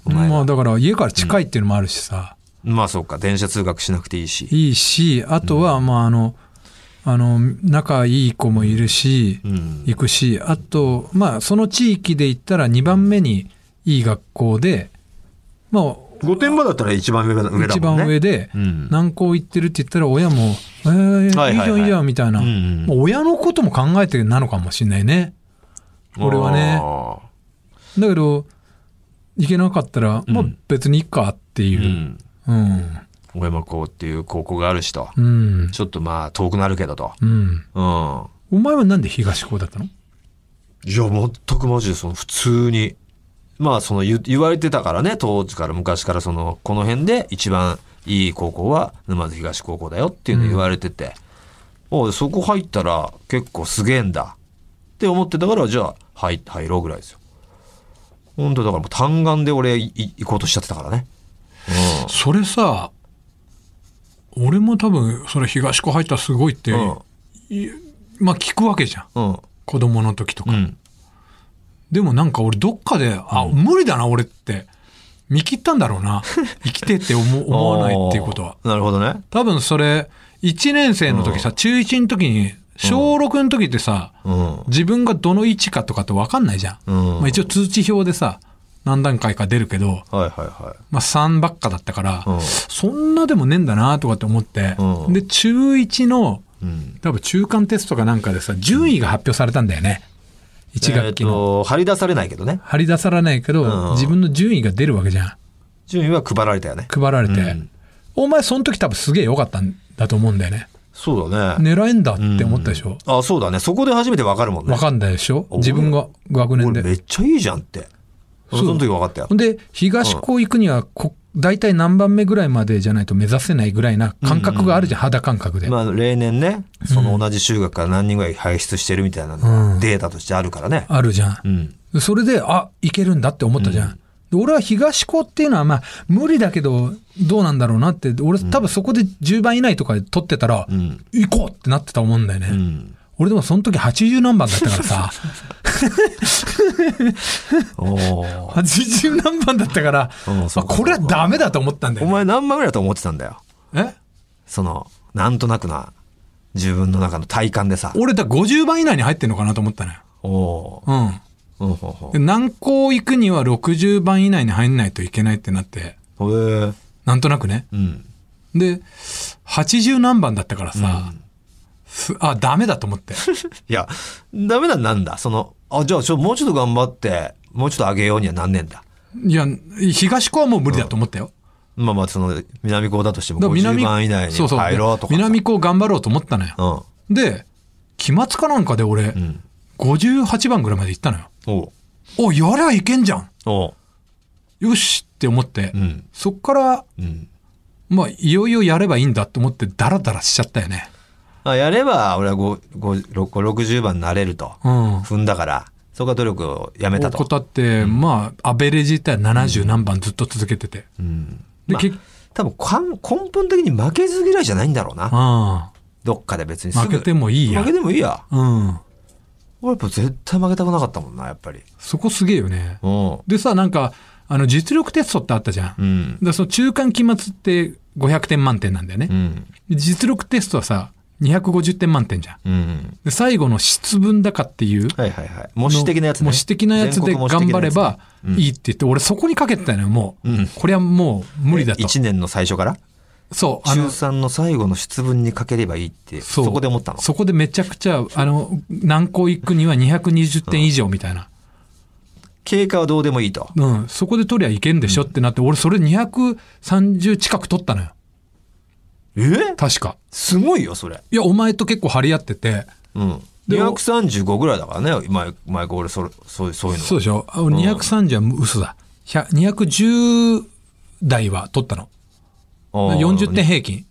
S1: お前
S2: ま
S1: は。
S2: あ、だから家から近いっていうのもあるしさ、
S1: まあそうか、電車通学しなくていいし。
S2: いいし、あとは、まあ、あの、あの、仲いい子もいるし、
S1: うん。
S2: 行くし、あと、まあ、その地域で行ったら2番目にいい学校で、まあ、
S1: 御殿場だったら一番上だ上だ
S2: 一
S1: もんね。
S2: 番上で、
S1: うん
S2: 南高行ってるって言ったら親も、えー、いいじ
S1: はいはい
S2: ゃ
S1: はい
S2: んいいじゃんみたいな。
S1: うんうん
S2: もう親のことも考えてなのかもしれないね。俺はね。
S1: あ
S2: だけど、行けなかったら、
S1: うん
S2: もう別にいっかってい
S1: ーう
S2: う。
S1: ん。
S2: うん。
S1: 小山校っていう高校があるしと。
S2: うん。
S1: ちょっとまあ遠くなるけどと。
S2: うん。
S1: うん。
S2: お前はなんで東高だったの
S1: いや、全くマジで、その、普通に。まあ、その、言言われてたからね、当時から、昔から、その、この辺で一番いい高校は、沼津東高校だよっていうの言われてて、おいそこ入ったら、結構すげえんだ。って思ってたから、じゃあ、入、入ろうぐらいですよ。本当だから、もう単眼で俺、いい行こうとしちゃってたからね。
S2: それさ、俺も多分、それ東高入ったらすごいって、
S1: うん。
S2: まあ聞くわけじゃん。
S1: うん。
S2: 子供の時とか。
S1: うん。
S2: でもなんか俺どっかで、あ、
S1: うん
S2: 無理だな俺って、見切ったんだろ うな。生きてって思思わないっていうことは。
S1: あーなるほどね。
S2: 多分それ、1年生の時さ、中1の時に、小6の時ってさ、
S1: うん。
S2: 自分がどの位置かとかって分かんないじゃん。
S1: うん
S2: まあ、一応通知表でさ、何段階か出るけど、
S1: はいはいは
S2: まあ、3ばっかだったから、
S1: うん
S2: そんなでもねえんだなとかって思って、
S1: うん
S2: で、中1の、
S1: い。うん。
S2: 多分中間テストかなんかでさ、順位が発表されたんだよね。1
S1: え
S2: 学
S1: っ
S2: 期の。
S1: と、張り出されないけどね。
S2: 張り出されないけど、
S1: うん
S2: 自分の順位が出るわけじゃん。
S1: 順位は配られたよね。
S2: 配られて。
S1: うん
S2: お前、その時多分すげえ良かったんだと思うんだよね。
S1: そうだね。
S2: 狙えんだって思ったでしょ。
S1: あ、そうだね。そこで初めてわかるもんね。
S2: わかんないでしょ
S1: 俺
S2: 自分が学年
S1: 俺め
S2: で。
S1: っちゃいいじゃんって。
S2: そう
S1: その時分かったよ
S2: ほ。んで、東高行くにはこ、大体何番目ぐらいまでじゃないと目指せないぐらいな感覚があるじゃん、肌感覚で。
S1: まあ、例年ね、その同じ中学から何人ぐらい輩出してるみたいなの
S2: うん
S1: がデータとしてあるからね。
S2: あるじゃん。
S1: うん。
S2: それで、あ、いけるんだって思ったじゃん。で俺は東高っていうのは、まあ、無理だけど、どうなんだろうなって、俺多分そこで10番以内とかで取ってたら、
S1: うん。
S2: 行こうってなってたと思うんだよね。
S1: うん。
S2: 俺でもその時80何番 だったからさ、
S1: おー
S2: 80何番だったから、
S1: うんそう
S2: あ
S1: か
S2: これはダメだと思ったんだ
S1: お
S2: よ、ね。
S1: 前何番ぐらいだと思ってたんだよ。
S2: え
S1: その、なんとなくな、自分の中の体感でさ。
S2: 俺だから50番以内に入ってんのかなと思ったのよ。
S1: おお
S2: うん。
S1: ー。うんほうほ
S2: で南高行くには60番以内に入んないといけないってなって、
S1: う。へえ。
S2: なんとなくね。
S1: うん。
S2: で、80何番だったからさ、すあ、ダメだと思って。
S1: いや、ダメなんなんだ。その、あ、じゃあちょ、もうちょっと頑張って、もうちょっと上げようにはなんねえんだ。
S2: いや、東高はもう無理だと思ったよ。
S1: まあまあ、その、南高だとしても
S2: だから
S1: 50番以内に
S2: そうそう
S1: 入ろうとかさ。
S2: 南高頑張ろうと思ったのよ。
S1: うん。
S2: で、期末かなんかで俺、
S1: ん
S2: 58番ぐらいまで行ったのよ。
S1: おう
S2: お、やりゃいけんじゃん
S1: おう
S2: よしって思って、
S1: うん。
S2: そっから、
S1: うん。
S2: まあ、いよいよやればいいんだと思って、ダラダラしちゃったよね。
S1: あやれば、俺は5、5、6 60番になれると。
S2: うん。
S1: 踏んだから、そこは努力をやめたと。
S2: 怠って、まあ、アベレージって70何番ずっと続けてて。
S1: うん。
S2: で、
S1: まあ
S2: 結
S1: 多分かん根本的に負けず嫌いじゃないんだろうな。
S2: あ
S1: どっかで別にすぐ
S2: 負けてもいいや
S1: 負け。てもいいや。
S2: うん。
S1: 俺やっぱ絶対負けたくなかったもんな、やっぱり。
S2: そこすげえよね。
S1: うん。
S2: でさ、なんか、あの、実力テストってあったじゃん。
S1: うん。
S2: でその中間期末って500点満点なんだよね
S1: う。ん。
S2: で実力テストはさ、250点満点じゃん。
S1: うん。
S2: で最後の質分だかっていう。
S1: はいはいはい。模試的なやつね。
S2: 模試的なやつで
S1: 全国模試
S2: 頑
S1: 的な
S2: 張れ
S1: やつ
S2: ば
S1: うん
S2: いいって言って、俺そこにかけてたのよ、もう。
S1: うん
S2: これはもう無理だと。
S1: 1年の最初から
S2: そう、あ
S1: 中
S2: の、
S1: 3の最後の出分にかければいいって、
S2: そう
S1: そこで思ったの。
S2: そこでめちゃくちゃ、あの、南高行くには220点以上みたいな。
S1: 経過はどうでもいいと。
S2: うん、そこで取りゃいけんでしょってなって、俺それ230近く取ったのよ。
S1: え
S2: 確か。
S1: すごいよ、それ。
S2: いや、お前と結構張り合ってて、
S1: うん。
S2: で
S1: 235ぐらいだからね、前、前俺、それそうそういうの。
S2: そうでしょあ ?230 は嘘だ。100 210台は取ったの。
S1: あー
S2: 40点。平均。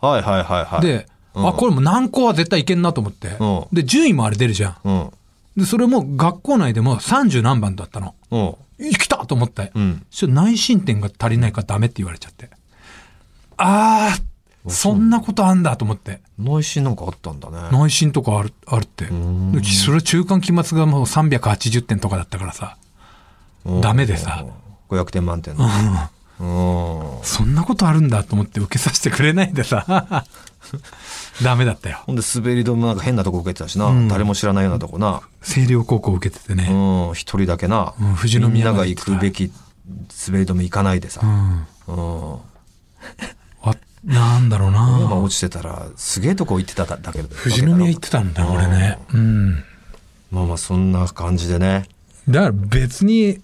S1: はいはいはいはい。
S2: で、
S1: うん
S2: あ、これもう難攻は絶対いけんなと思って。
S1: ん
S2: で、順位もあれ出るじゃん。
S1: うん。
S2: で、それも学校内でも30何番だったの。
S1: うん。
S2: 来たと思って。
S1: うん。
S2: そしたら内申点が足りないからダメって言われちゃって。あー、そんなことあんだと思って。
S1: 内心なんかあったんだね。
S2: 内申とかある、あるって。
S1: ん
S2: でそれは中間期末がもう380点とかだったからさ。
S1: うん
S2: ダメでさ。
S1: 500点満点の。うん。
S2: そんなことあるんだと思って受けさせてくれないでさ。 ダメだったよ。
S1: ほんで滑り止めもなんか変なとこ受けてたしな、誰も知らないようなとこな、
S2: 星稜高校受けてて
S1: う
S2: ね。
S1: ん、一人だけな、
S2: うん富士宮
S1: みんな
S2: ま
S1: が
S2: で
S1: 行
S2: 行ってた
S1: くべき滑り止め行かないでさ
S2: う、ん。
S1: うん、
S2: わなんだろう
S1: 今
S2: な
S1: 落ちてたらすげえとこ行ってただけど
S2: 富士宮行ってたんだ、俺ね。うん。
S1: まあまあそんな感じでね
S2: だから別に、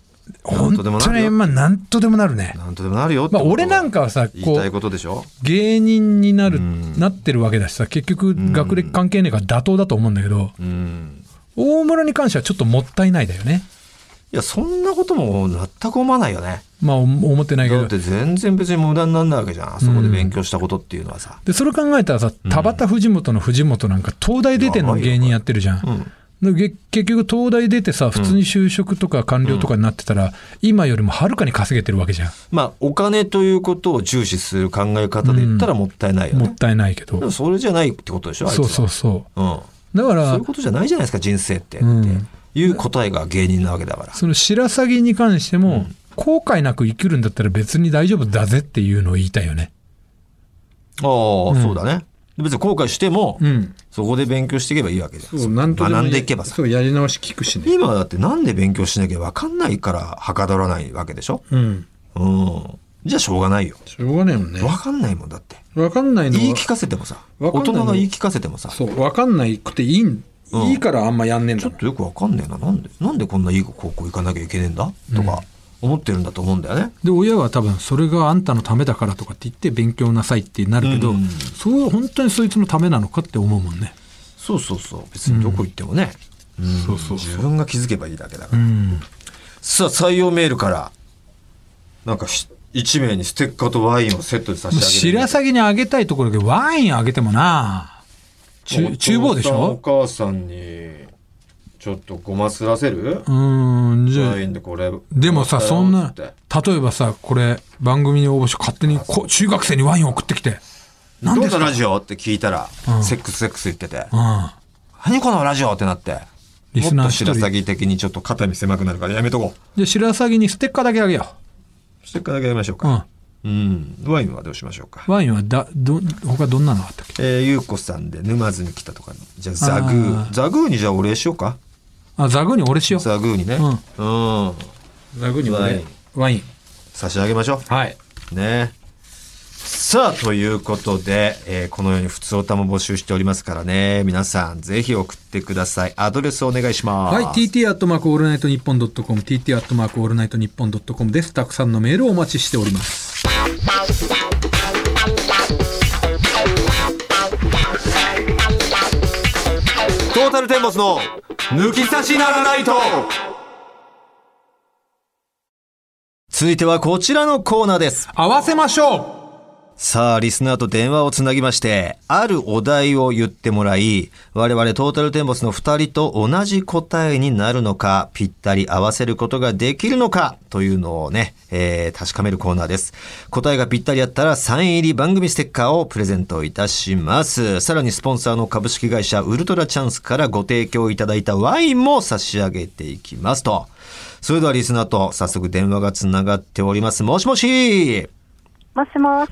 S1: なん
S2: 本
S1: とでもなるよ
S2: 当に、まあ、なんとでもなるね。
S1: なんとでもなるよって
S2: まあ、
S1: こと
S2: 俺なんかはさ、
S1: 言い
S2: こ、
S1: たいうことでしょ
S2: 芸人になる、
S1: ん
S2: なってるわけだしさ、結局、学歴関係ねえから妥当だと思うんだけど、
S1: うん
S2: 大村に関してはちょっともったいないだよね。
S1: いやそんなことも全く思わないよね
S2: まあ、お思ってないけ
S1: だ
S2: ど
S1: っ。て全然別に無駄になんないわけじゃんあそこで勉強したことっていうのはさ、
S2: で、それ考えたらさ、田畑藤本の藤本なんか、東大出ての芸人やってるじゃん。でげ結局、東大出てさ、普通に就職とか官僚とかになってたら、今よりもはるかに稼げてるわけじゃん。
S1: まあお金ということを重視する考え方で言ったらもったいないよ
S2: も
S1: ね、
S2: ったいないけ
S1: で
S2: ど
S1: も。それじゃないってことでしょあいつ
S2: そ
S1: は
S2: うそうそ
S1: うん
S2: う。だ
S1: そ
S2: か
S1: う
S2: ら
S1: いう、ことじゃないじゃないですか人生ってって、
S2: うん
S1: いう答えが芸人なわけだから。
S2: その白鷺に関しても、後悔なく生きるんだったら別に大丈夫だぜっていうのを言いたいよね。
S1: ああ、そうだね。別に後悔しても、
S2: ん
S1: そこで勉強していけばいいわけです。学んでいけばさ。
S2: そう、やり直し聞くしね。
S1: 今はだってなんで勉強しなきゃ分かんないからはかどらないわけでしょ
S2: うん。
S1: うん。じゃあしょうがないよ。
S2: しょうがないもんね
S1: 分。かんないもんだって。
S2: わかんないのは
S1: 言い聞かせてもさ、
S2: わか
S1: 大
S2: んない
S1: 人
S2: の
S1: が言い聞かせてもさ、ちょ
S2: そう、わかんないくていいん、
S1: うん
S2: いいからあんまやんねえんだ
S1: っとよく分かんねえな。なんで、なんでこんないい高校行かなきゃいけねえんだとか、思ってるんだと思うんだよね。
S2: で、親は多分、それがあんたのためだからとかって言って勉強なさいってなるけど、
S1: うん
S2: そう、本当にそいつのためなのかって思うもんね。
S1: そうそうそう。別にどこ行ってもね。うん
S2: そうそうそう
S1: 自分が気づけばいいだけだか
S2: う
S1: ら。
S2: ん。
S1: さあ、採用メールから、なんかひ一名にステッカーとワインをセットで差し上げる。
S2: 白鷺にあげたいところでワインあげてもな
S1: お
S2: ち
S1: 父
S2: 厨房でし
S1: さんお
S2: ょ
S1: 母さんに、ちょっとごますらせる
S2: うーん、じゃあ
S1: ワインでこれ。
S2: でもさ、そん
S1: つっ
S2: な、
S1: て
S2: 例えばさ、これ、番組に応募して勝手にこ中学生にワイン送ってきて、
S1: ど
S2: 何で
S1: ん
S2: す
S1: な
S2: か
S1: ラジオって聞いたら、
S2: うん
S1: セックスセックス言ってて、
S2: うん。
S1: 何このラジオってなって、
S2: リスナー
S1: もっと
S2: 一人
S1: 白鷺的にちょっと肩身狭くなるからやめとこ
S2: じゃあ白鷺にステッカーだけあげよ
S1: う。ステッカーだけやりましょう
S2: う。うん
S1: か。。うん。ワインはどうしましょうか。
S2: ワインはだ、ど、他どんなのあったっけ
S1: えー、ゆうこさんで沼津に来たとか、じゃあザグー
S2: あ。ー
S1: ザグーにじゃあお礼しようか。
S2: あ、ザグに俺しよう。
S1: ザグーにね。うん。
S2: ザグに
S1: 俺ワイン。
S2: ワイン。
S1: 差し上げましょ
S2: はい。
S1: う。ね。さあ、ということで、えーこのように普通おたも募集しておりますからね。皆さん、ぜひ送ってください。アドレスお願いします。
S2: はい。tt アットマークオールナイトニッポンドットコム、tt アットマークオールナイトニッポンドットコムです。たくさんのメールをお待ちしております。
S1: トータルテンボスの抜き差しならないと続いてはこちらのコーナーです。
S2: 合わせましょ
S1: さあ、リスナーと電話をつなぎまして、あるお題を言ってもらい、我々トータルテンボスの二人と同じ答えになるのか、ぴったり合わせることができるのか、というのをね、えー確かめるコーナーです。答えがぴったりあったら、サイン入り番組ステッカーをプレゼントいたします。さらにスポンサーの株式会社ウルトラチャンスからご提供いただいたワインも差し上げていきますと。それではリスナーと早速電話がつながっております。もしもし
S3: もしもし。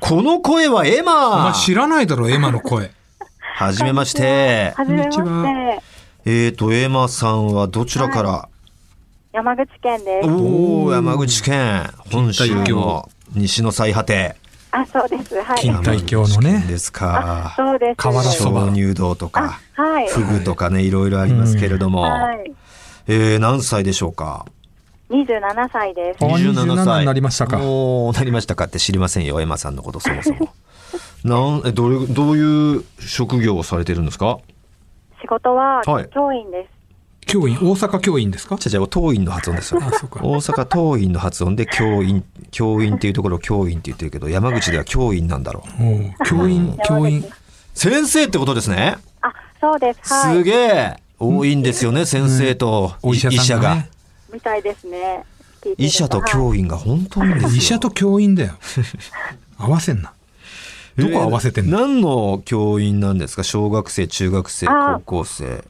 S1: この声はエ
S2: うお
S1: マ
S2: 前知らないだろ、エマの声。
S1: はじめまして。
S3: はじめま
S2: こんに
S3: して。
S1: えーと、エマさんはどちらから、
S3: 山口県です。
S1: おお、山口県、本州の西の最果て。
S3: あ、そうです。はい。
S2: 近代教のね
S1: 山口県ですか。
S3: そうです。
S2: 河原そば
S1: 鍾乳洞とか、
S3: あはい
S1: フグとかね、いろいろありますけれども。
S3: はい。
S1: えー何歳でしょうか
S3: 二十七歳です
S2: あ。27になりましたか
S1: おーなりましたかって知りませんよ、エマさんのこと、そもそも。なんえどれどういう職業をされてるんですか
S3: 仕事は
S1: はい
S3: 教員です。
S2: 教員、大阪教員ですか
S1: じゃじゃ当院の発音ですよ。
S2: あ、そうか。
S1: 大阪桐蔭の発音で教員、教員っていうところを教員って言ってるけど、山口では教員なんだろう。
S2: おう教員、教員。
S1: 先生ってことですね。
S3: あ、そうです。は
S1: す
S3: い。
S1: げえ。多いんですよね、先生と
S2: お医者さんが、ね。
S3: みたいですね。聞いてる
S1: 医者と
S3: はい
S1: 教員が本当に
S2: 医者と教員だよ。合わせんな。どこ合わせてんの、
S1: 何の教員なんですか小学生、中学生、
S3: あ
S1: 高校生。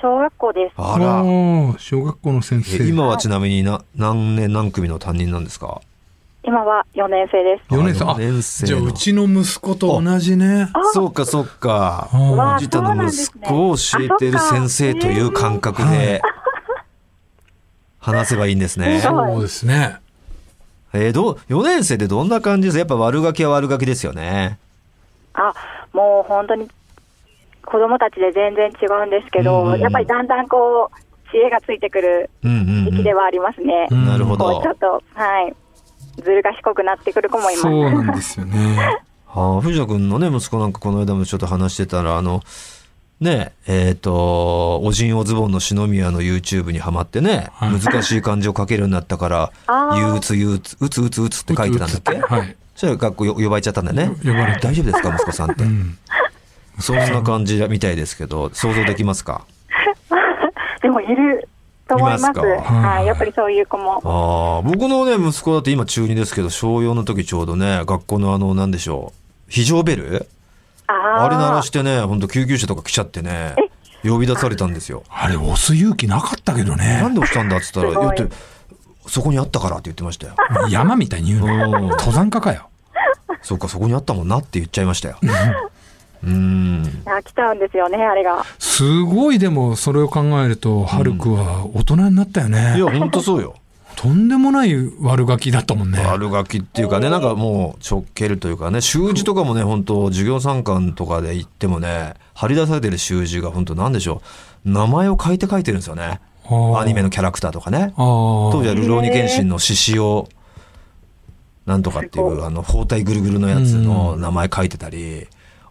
S3: 小学校です。
S1: あら。
S2: おー小学校の先
S1: え
S2: 生。
S1: 今はちなみにな何年何組の担任なんですか
S3: 今は四年生です。
S2: 4年生。
S1: あ
S2: あ、
S1: 四年生
S2: じゃあ
S1: の
S2: うちの息子と同じね。
S3: あ
S1: そうかそうか。
S2: うん
S3: わあ
S1: 藤田の息子を教えてる先生という感覚で話せばいいんですね。
S3: そう
S2: そうですね。
S1: えー、どう、4年生ってどんな感じですやっぱ悪ガキは悪ガキですよね。
S3: あ、もう本当に子供たちで全然違うんですけ
S1: うんうんう
S3: ど、
S1: ん
S3: やっぱりだんだんこう知恵がついてくる
S1: うんうん、
S3: 時
S1: う
S3: 期
S1: ん
S3: で。はありますね。
S2: うん
S1: なるほ
S3: こ
S1: ど
S3: うちょ。っと、はい。ずる賢くなってくる子もいます。
S2: そうなんですよね。
S1: はあ、藤田君のね、息子なんかこの間もちょっと話してたら、あの、ねえ、えっ、と、おじんおズボンの篠宮の YouTube にハマってね、
S2: はい
S1: 難しい漢字を書けるようになったから
S3: あ、ー
S1: 憂鬱憂鬱、うつうつうつって書いてたんだっけ
S2: はい。
S1: それ学校よ呼ばれちゃったんだよね。
S2: 呼ばれ
S1: 大丈夫ですか、息子さんって
S2: う。ん。
S1: そんな感じみたいですけど、想像できますか
S3: でもいると思います。
S1: いますか
S3: はい、やっぱりそういう子も。
S1: ああ、僕のね、息子だって今中2ですけど、小4の時ちょうどね、学校のあの、なんでしょう、非常ベル
S3: あー
S1: あれ鳴らしてね、ほんと救急車とか来ちゃってね、
S3: え、
S1: 呼び出されたん ですよ。
S2: あれ、押す勇気なかったけど
S1: な
S2: ね
S1: ん。で押したんだっつったら、
S3: すごい
S1: 言って、そこにあったからって言ってましたよ。
S2: 山みたいに言うの。登山家かよ。
S1: そっか、そこにあったもんなって言っちゃいました よ。うーん。
S3: あ来ちゃうんですよね、あれが。
S2: すごいでも、それを考えると、ハルクは大人になったよね。
S1: いや、ほんとそうよ。
S2: とんでもない悪ガキだったもんね。
S1: 悪ガキっていうかね、なんかもう、ちょっけるというかね、習字とかもね、本当授業参観とかで行ってもね、張り出されてる習字が本当なんでしょう。名前を書いて書いてるんですよね。アニメ
S2: の。
S1: のキャラクターとかね。
S2: あー
S1: 当時はルローニケンシンの獅子を、なんとかっていう、あの、包帯ぐるぐるのやつの名前書いてたり、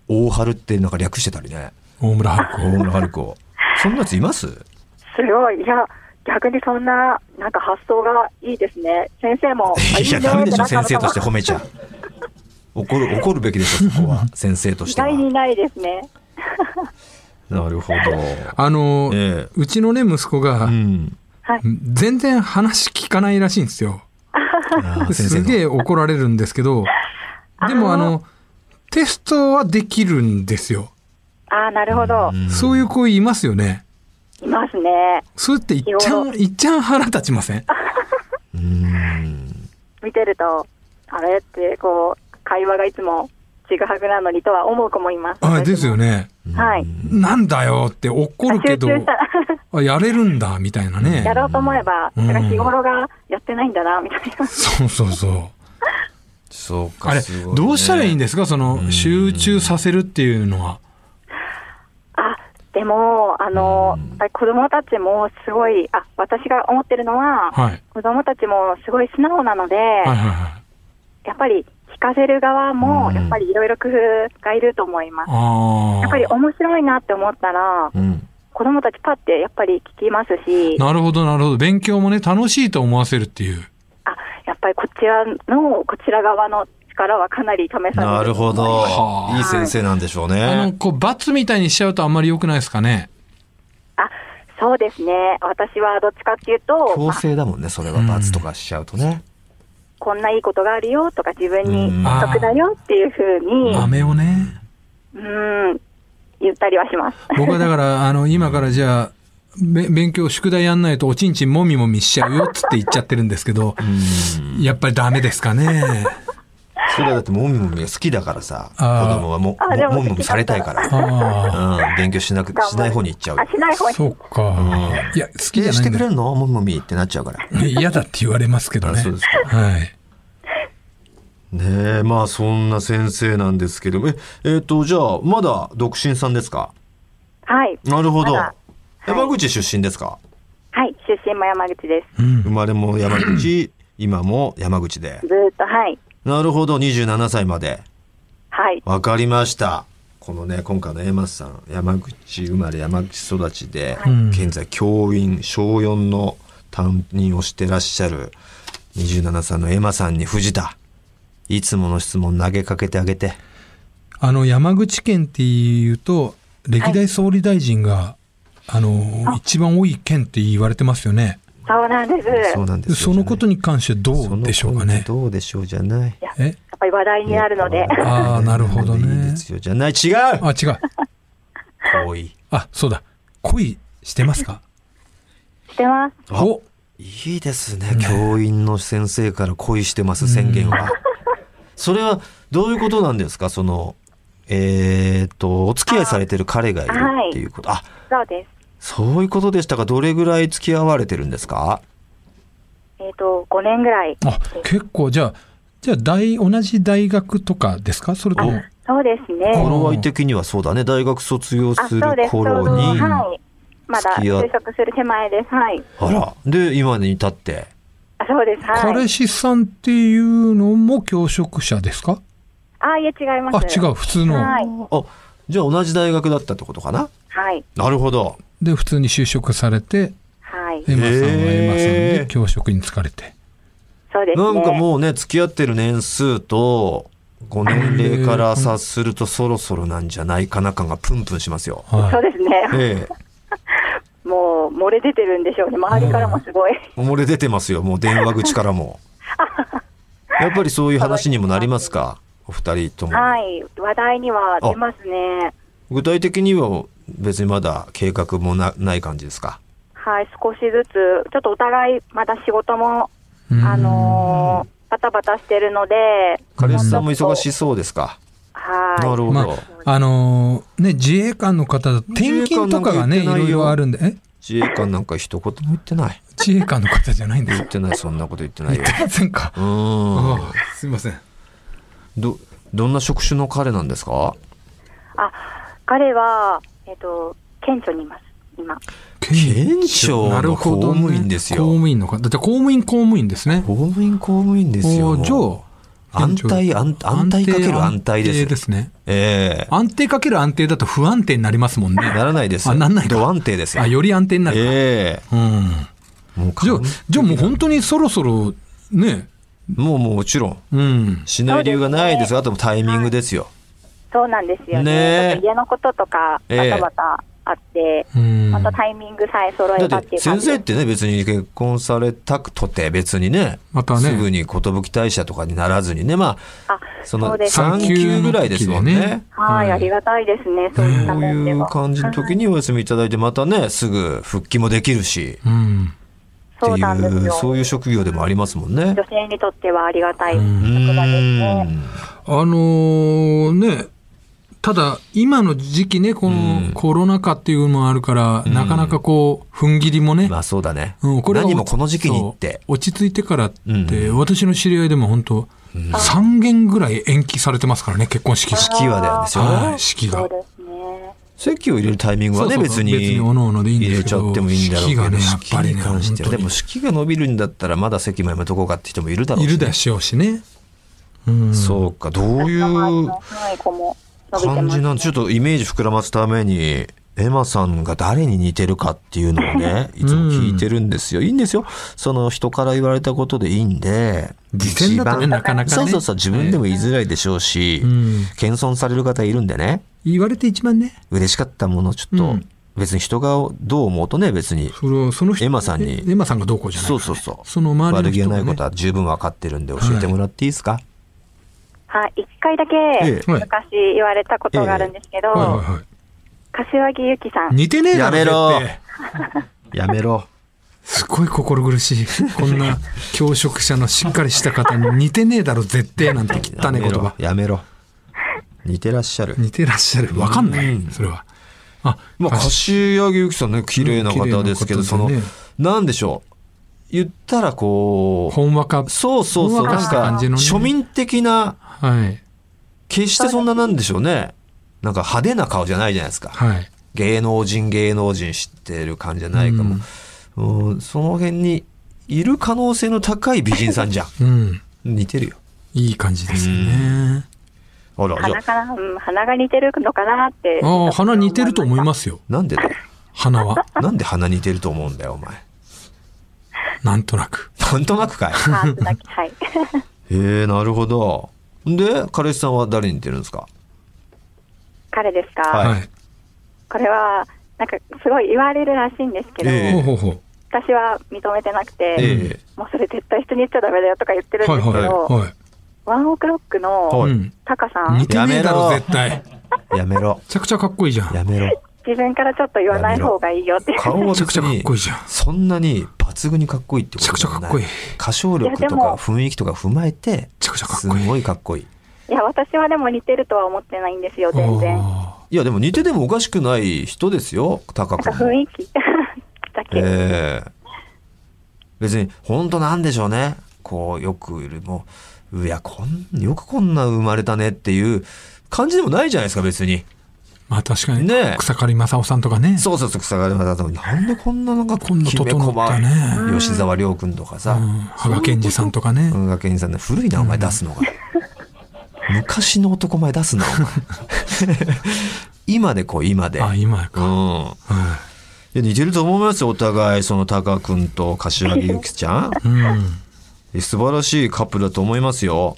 S1: 大春ってなんか略してたりね。
S2: 大村ハ
S1: 大
S2: ル
S1: 村春子。そんなやついます
S3: すごい。いや、逆にそんな、なんか発想がいいですね。先生も。あ
S1: いや、ダメでしょ、先生として。
S3: いいんじゃないか
S1: 褒
S3: な
S1: めちゃ。怒る、怒るべきでしょ、そこは。先生とし
S3: 意
S1: ては。
S3: 外にないですね。
S1: なるほど。
S2: ク。あの、
S1: ええ
S2: うちのね、息子が、
S1: うん。
S3: はい。
S2: 全然話聞かないらしいんですよ。
S1: あー先生
S2: す
S1: の
S2: げえ怒られるんですけど、でもあの、テストはできるんですよ。
S3: ああ、なるほど。
S1: うん
S2: そういう子いますよね。
S3: いますね。
S2: それっていっちゃ
S3: いろ
S2: ん、いっちゃん腹立ちません
S1: うん。
S3: 見てると、あれって、こう、会話がいつもちぐはぐなのにとは思う子もいます。
S2: あ、ですよね。
S3: はい。
S2: なんだよって怒るけど
S3: 集、中した。
S2: あやれるんだ、みたいなね
S3: や。ろうと思えば、
S2: うん
S3: だから日頃がやってないんだな、みたいな。
S2: そうそうそう。
S1: そうか。
S2: あれ、
S1: すごね
S2: どうしたらいいんですかその、集中させるっていうのは。
S3: あ、でも、あの、やっぱり子供たちもすごい、あ、私が思ってるのは、
S2: はい。
S3: 子供たちもすごい素直なので、
S2: はいはいはい。
S3: やっぱり聞かせる側
S1: う
S3: も、
S1: ん
S3: やっぱりいろいろ工夫がいると思います。
S2: ああ。
S3: やっぱり面白いなって思ったら、
S1: うん。
S3: 子供たちパってやっぱり聞きますし、
S2: なるほど、なるほど。勉強もね、楽しいと思わせるっていう。
S3: あ、やっぱりこちらの、こちら側の力はかなり試されて
S1: なるほど
S2: は。あ
S1: いい先生なんでしょうね。
S2: あの、こう、罰みたいにしちゃうとあんまり良くないですかね。
S3: あ、そうですね。私はどっちかっていうと、
S1: 強
S3: あ
S1: 制だもんね、それは。罰とかしちゃうとね。
S3: こんないいことがあるよとか自分に
S1: うん
S3: 得だよっていうふうに、
S2: 豆をね。
S3: うん、言ったりはします。
S2: 僕は だから、あの、今からじゃあ、べ勉強、宿題やんないとおちんちんもみもみしちゃうよっつって言っちゃってるんですけど、
S1: うん。
S2: やっぱりダメですか ね。
S1: それはだってもみもみが好きだからさ、子
S2: あー
S1: 供はも
S3: あで
S1: も
S3: も
S1: もみもみされたいから。
S2: あ
S1: うん、勉強しなく、しない方に行っちゃう
S3: あ、
S1: よ。
S3: しない方
S2: あ、
S3: に。
S2: そうか。いや、好きじ
S1: え
S2: ゃ
S1: し
S2: ない
S1: て
S2: ん
S1: く
S2: だ
S1: れんのもみもみってなっちゃうから。
S2: 嫌だって言われますけどね。
S1: あそうですか
S2: はい。
S1: ねえ、まあそんな先生なんですけども、え、えっ、と、じゃあ、まだ独身さんですか
S3: はい。
S1: なるほど。
S3: まだ
S1: 山口出身ですか、
S3: はい。出身も山口で
S2: うん
S1: 生まれも山 口、今も山口で
S3: す。。ずーっと、はい。
S1: なるほど、27歳まで。
S3: はい。
S1: わかりました。このね、今回のエマスさん、山口生まれ、山口育ちで、
S2: うん
S1: 現在教員、小4の担任をしてらっしゃる27歳のエマさんに藤田、いつもの質問投げかけてあげて。
S2: あの、山口県っていうと、歴代総理大臣が、あの、一番多い県って言われてますよね。
S3: そうなんです。
S1: そう
S3: やっ
S1: なんですよ。
S2: そのことに関して
S1: じゃない
S2: どうでしょうか
S1: そ。
S2: ね
S1: のことどうでしょうじゃない。
S2: え
S3: ぱり話題になるので。
S2: ああ、なるほど
S1: いい
S2: ね
S1: で。すよじゃない。違う
S2: あ、違 う。
S1: 多い。
S2: あ、そうだ。恋してますか
S3: してます。
S1: あ
S2: お
S1: いいですね。教員の先生から恋してます宣言は。それはどういうことなんですかその、えっ、と、お付き合いされてる彼がいるっていうこと。あ,、
S3: そうです。
S1: そういうことでしたか。どれぐらい付き合われてるんですか
S3: えっ、と、5年ぐらい。
S2: あ、結構、じゃあ、じゃあ、大、同じ大学とかですかそれとも、
S3: そうですね。
S1: 頃合い的にはそうだね。大学卒業
S3: あ、
S1: す
S3: そ
S1: る
S3: うです。ちょうど、
S1: 頃に。
S3: はい。まだ
S1: 付き合う
S3: 就職する手前です。はい。
S1: あら。で、今に至って。
S3: あそうです。は
S2: 彼
S3: い。
S2: 氏さんっていうのも教職者ですか
S3: あ、いえ、違いま
S2: あ、
S3: す。
S2: 違う、。普通の。
S3: はい。
S1: あ、じゃあ同じ大学だったってことかな
S3: はい。
S1: なるほど。
S2: で、普通に就職されて、
S3: は
S2: エ
S3: い。
S2: マさんはエマさん
S1: へ
S2: で
S1: ー
S2: 教職に疲れて。
S3: そうです
S1: な
S3: ね。
S1: んかもうね、付き合ってる年数と、ご年齢から察するとそろそろなんじゃないかな感がプンプンします よ。
S3: そう
S2: は
S3: ですね。
S1: え
S3: もう、漏れ出てるんでしょうね。周りからもすごい。
S1: え、漏れ出てますよ、もう電話口からも。やっぱりそういう話にもなりますか、お二人とも。
S3: はい。話題には出ますね。
S1: 具体的には別にまだ計画もなない感じですか。
S3: はい、少しずつ、ちょっとお互い、まだ仕事も、あのー、バタバタしてるので、
S1: 彼氏さんも忙しそうですか。
S3: はい。
S1: なるほど。
S2: まあ、あのー、ね、自衛官の方、転勤とかがね、いろいろあるんで、え
S1: 自衛官なんか一言も言ってない。
S2: 自衛官の方じゃないんです
S1: 言ってない、そんなこと言ってない
S2: 言
S1: よ
S2: っ。てませんか
S1: う。ーん。
S2: ああすいません。
S1: ど、どんな職種の彼なんですか
S3: あ、彼は、えっ、と、顕著にいます、今。
S1: 検証の公務員ですよ
S2: 公務員の方。だって公務員公務員ですね。
S1: 公務員公務員ですよ。
S2: おじゃあ、
S1: 安泰安安泰かける安泰ですよ
S2: 安定ですね。
S1: ええ
S2: 安定かける安定だと不安定になりますもんね。
S1: ならないです。
S2: あ、なんないか。
S1: 不安定ですよ。
S2: あ、より安定になるか。
S1: え
S2: うん。
S1: えもう
S2: じゃあ
S1: 完、
S2: じゃあもう本当にそろそろ、ね、
S1: もうもうもちろん。
S2: うん。
S1: しない理由がないですが、あともタイミングですよ。
S3: そうなんですよね。
S1: ねえ
S3: ちょっと家のこととか、
S1: え
S3: バ
S1: え
S3: タバタあって、
S2: うん
S3: またタイミングさえ揃えた
S1: だ
S3: っ
S1: ってて
S3: いう
S1: 先
S3: 感じで
S1: 生ってね、別に結婚されたくとて、別にね、
S2: またね
S1: すぐに寿退社とかにならずにね、ま
S3: あ
S1: あ、そ
S3: そ
S1: の
S3: うです
S1: 3級ぐらいですもん
S2: 三級の時で
S1: ね
S2: ね。
S3: はい、ありがたいですね、そういった
S1: こう
S3: 面
S1: い
S3: で
S1: う
S3: は。
S1: 感じの時にお休みいただいて、またね、すぐ復帰もできるし、
S2: うん。
S1: って
S3: そうなんです
S1: いう、
S3: よ。
S1: そういう職業でもありますもんね
S3: 女。性にとってはありがたい職
S1: う
S3: 場ですね。
S1: ん。
S2: あのーね、ただ、今の時期ね、こ
S1: うん
S2: のコロナ禍っていうのもあるから、なかなかこう、踏ん切りもね、
S1: まあそうだね。
S2: うん、これは
S1: 何もこの時期にって
S2: そ。う落ち着いてからって、
S1: う
S2: 私の知り合いでも本当、3件ぐらい延期されてますからね、結婚式が。
S1: 式はだよですよ
S2: は
S1: ね
S2: い、。式
S3: そ
S2: が
S3: う。ですね。
S1: 席を入れるタイミングはね、
S2: そうそ
S1: 別
S2: う
S1: に。
S2: 別に各々でいいん
S1: 入
S2: で
S1: れ
S2: すけ
S1: ち
S2: ど
S1: ゃってもいいんだろうけど。
S2: 式がねやっぱり
S1: 式
S2: ね
S1: に関しては
S2: 本当
S1: で
S2: に
S1: も式が伸びるんだったら、まだ席もやめとこうかって人もいるだろう
S2: い
S1: し
S2: るでしょうしね。うん。
S1: そうか、どうい
S3: 名前の
S1: う
S3: はい、子も伸びて
S1: 感
S3: ま
S1: じ
S3: す。
S1: なんで、ちょっとイメージ膨らますために、エマさんが誰に似てるかっていうのを ね、いつも聞いてるんですよ。いいんですよ。その人から言われたことでいいんで。
S2: 自転だとね
S1: 一番
S2: なかなかね
S1: そうそうそう、自分でも言いづらいでしょうし、
S2: うん
S1: 謙遜される方いるんでね。
S2: 言われて一番ね、
S1: 嬉しかったものちょっと、
S2: うん
S1: 別に人がどう思うとね別に
S2: それはその人
S1: エマさんに
S2: エマさんがどうこうじゃないか
S1: そ
S2: ら
S1: う
S2: ね
S1: そうそう
S2: その周りの
S1: 悪気
S2: 人
S1: が
S2: が
S1: な
S2: ね
S1: いことは十分分かってるんで教えてもらっていいですか、
S3: はい、一回だけ
S1: ええ
S3: 昔言われたことがあるんですけど、
S2: はいはいはい。
S3: 柏木由紀さん、
S2: 似てねえ
S1: や
S2: だろ
S1: めろ
S2: 絶
S1: や
S2: 対
S1: めろ
S2: すごい心苦しい。こんな教職者のしっかりした方に似てねえだろ、絶対なんて汚
S1: や
S2: ねえ
S1: め
S2: 言
S1: ろ
S2: 葉。
S1: やめろ似てらっしゃる
S2: 似てらっしゃる。わかんな
S1: う
S2: い
S1: ん。
S2: それは。あ、
S1: まあ
S2: あ
S1: 柏木由紀さんね綺麗な方ですけど、
S2: うん綺
S1: そ
S2: 麗
S1: の
S2: な方でね
S1: なんでしょう言ったらこ
S2: ほんわか
S1: う。そうそうそ
S2: ほ
S1: うん
S2: わか
S1: なん
S2: した感
S1: か
S2: じのね
S1: 庶民的な
S2: はい。
S1: 決してそんななんでしょうねなんか派手な顔じゃないじゃないですか
S2: はい。
S1: 芸能人芸能人知ってる感じじゃないかも、うんその辺にいる可能性の高い美人さん じゃん
S2: うん。
S1: 似てるよ
S2: いい感じですよね。
S1: あらじゃ
S3: 鼻かな、うん、鼻が似てるのかなって。
S2: ああ、鼻似てると思いますよ。
S1: あなんでだよ
S2: 鼻は。
S1: なんで鼻似てると思うんだよお前
S2: なんとなく。
S1: なんとなく かい
S3: パーツだけ、はい。
S1: へえなるほどで彼氏さんは誰に似てるんですか
S3: 彼ですか、
S1: はい
S2: はい。
S3: これは、なんかすごい言われるらしいんですけど、
S1: ええ
S2: ほうほうほう。
S3: 私は認めてなくて、
S1: え
S3: もうそれ絶対人に言っちゃダメだよとか言ってるん
S2: は
S3: で
S2: い
S3: すけど、
S2: はいはい。
S3: ワンオクロック
S1: は
S3: の
S1: い
S2: うん。
S3: タカさん、
S2: 似てねえだろ、
S1: やめろ
S2: 絶対。め
S1: えやめろ
S2: ちゃくちゃかっこいいじゃん。
S1: やめろ
S3: 自分からちょっと言わない方が いいよって。
S1: 顔は
S2: めちゃく
S1: 別
S2: ちゃかっ
S1: に
S2: こいいじゃん。
S1: そんなに抜群にかっこいいってことでも
S2: めちゃくちゃか
S1: な
S2: っこいい
S1: 歌唱力と
S3: いや
S1: か
S3: でも
S1: 雰囲気とか踏まえて
S2: ちゃくちゃかっ
S1: す
S2: こいい
S1: ごいかっこいい
S3: いや、私はでも似てるとは思ってないんですよ、全然。なん
S2: あ
S1: いやでも似ててもおかしくない人ですよ高
S3: か
S1: く
S3: 雰囲気 だけ。
S1: ええ別に本当なんでしょうねこうよくよりもういやこんよくこんな生まれたねっていう感じでもないじゃないですか別に
S2: ーまあ確かに。
S1: ねえ
S2: 草刈正雄さんとかね。
S1: そうそうそう草刈正雄なんでこんななんか
S2: こんな整ったね
S1: きめ細い吉沢亮君とかさ
S2: うん。羽賀健二さんとかね。
S1: 文学院さんね古いなお前出すのが、昔の男前出すな お前 今でこう今で
S2: あ、今
S1: う
S2: か。
S1: ん
S2: はい
S1: や似てると思いますよお互いそのタカ君と柏木由紀ちゃん
S2: い。うん。
S1: 素晴らしいカップルだと思いますよ。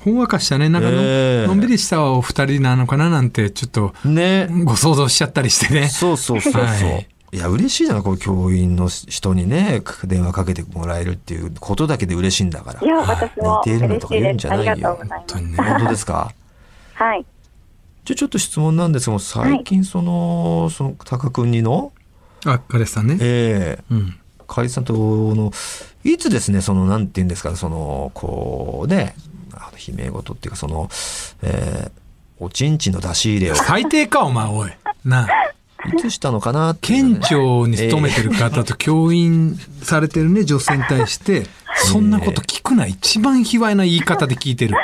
S2: ほんわかしたね。なんかの、
S1: ええ
S2: のんびりしたお二人なのかななんて、ちょっと、
S1: ね。
S2: ご想像しちゃったりしてね。
S1: そうそうそうそう。
S2: はい
S1: い、や、嬉しいな、こう教員の人にね、電話かけてもらえるっていうことだけで嬉しいんだから。
S3: いや、私も
S1: 似て
S3: 嬉
S1: るのとか
S3: しい
S1: 言うん
S3: で
S1: じ
S3: す。
S1: ゃ
S3: あ
S1: な
S3: り
S1: いよ
S3: がとうござ
S2: 本
S3: いま
S2: 当
S3: す。
S2: にね。
S1: 本当ですか
S3: はい。
S1: じゃあちょっと質問なんですが最近その,、その高君にの、
S2: あ、彼氏さんね。
S1: ええ
S2: うん。
S1: 解散とのいつですねそのなんて言うんですかそのこうねあの悲鳴事っていうかその、えーおちんちんの出し入れを
S2: 最低か、お前、おい。なあ。
S1: いつしたのかなっていうのね
S2: 県庁に勤めてる方と教員されてるね、女性に対して、そんなこと聞くな、一番卑猥な言い方で聞いてる。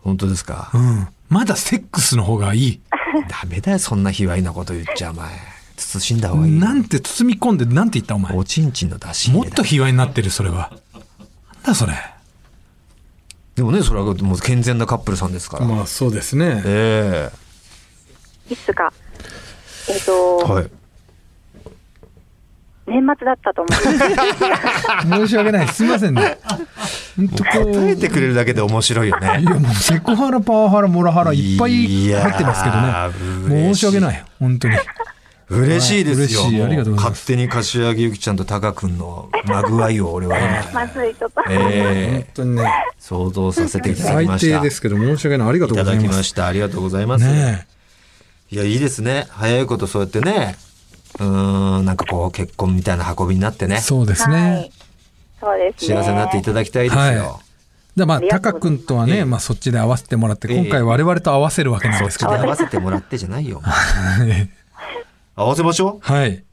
S1: 本当です か
S2: うん。まだセックスの方がいい。
S1: ダメだよそんな卑猥なこと言っちゃお前慎んだ方がいいよ
S2: なんて包み込んで、なんて言った、お前。も
S1: おちんちんの出し入れ
S2: っ
S1: だ
S2: と卑猥になってる、それは。なんだ、それ。
S1: でもねそれはもう健全なカップルさんですから、
S2: まあ、そうですね。
S1: え
S3: いつか、えっ、
S1: え
S3: と、
S1: はい
S3: 年末だったと思 います。
S2: 申し訳ない。すいませんね。ほんとこう
S1: 答えてくれるだけで面白いよね
S2: いやもうセコハラ、パワハラ、モラハラいっぱい入ってますけど
S1: いやー
S2: ね。
S1: 嬉
S2: 申
S1: し
S2: し
S1: い
S2: 訳ない。本当に。
S1: 嬉しいですよ、
S2: はい嬉しいありがとうございます
S1: 勝手に柏木由紀ちゃんとタカ君のまぐわいを俺は今
S3: まずい、ちょっと。
S1: ええ
S2: 当にね、
S1: 想像させていただき
S2: 最
S1: ました
S2: 低ですけど申し訳ない。ありがと
S1: いう
S2: ご
S1: ただ
S2: ざい
S1: き
S2: ま。
S1: ますしたありがとうございます、
S2: ね
S1: いやいいですね早いことそうやってねうーんなんかこう結婚みたいな運びになって
S2: え。
S1: ね
S2: そうです
S3: はい
S2: ね。。
S3: そうですね。
S1: 幸せになっていただきたいですよ、
S2: はじゃあまあ、タカ君とは
S1: ええ
S2: ね、まあそっちで合わせてもらって、
S1: ええ
S2: 今回我々と合わせるわけなん
S1: そ
S2: で
S1: っ
S2: す
S1: ち
S2: け
S1: で
S2: ど。
S1: 合わせてもらってじゃないよ
S2: はい
S1: 合わせましょ
S2: はい。
S1: う、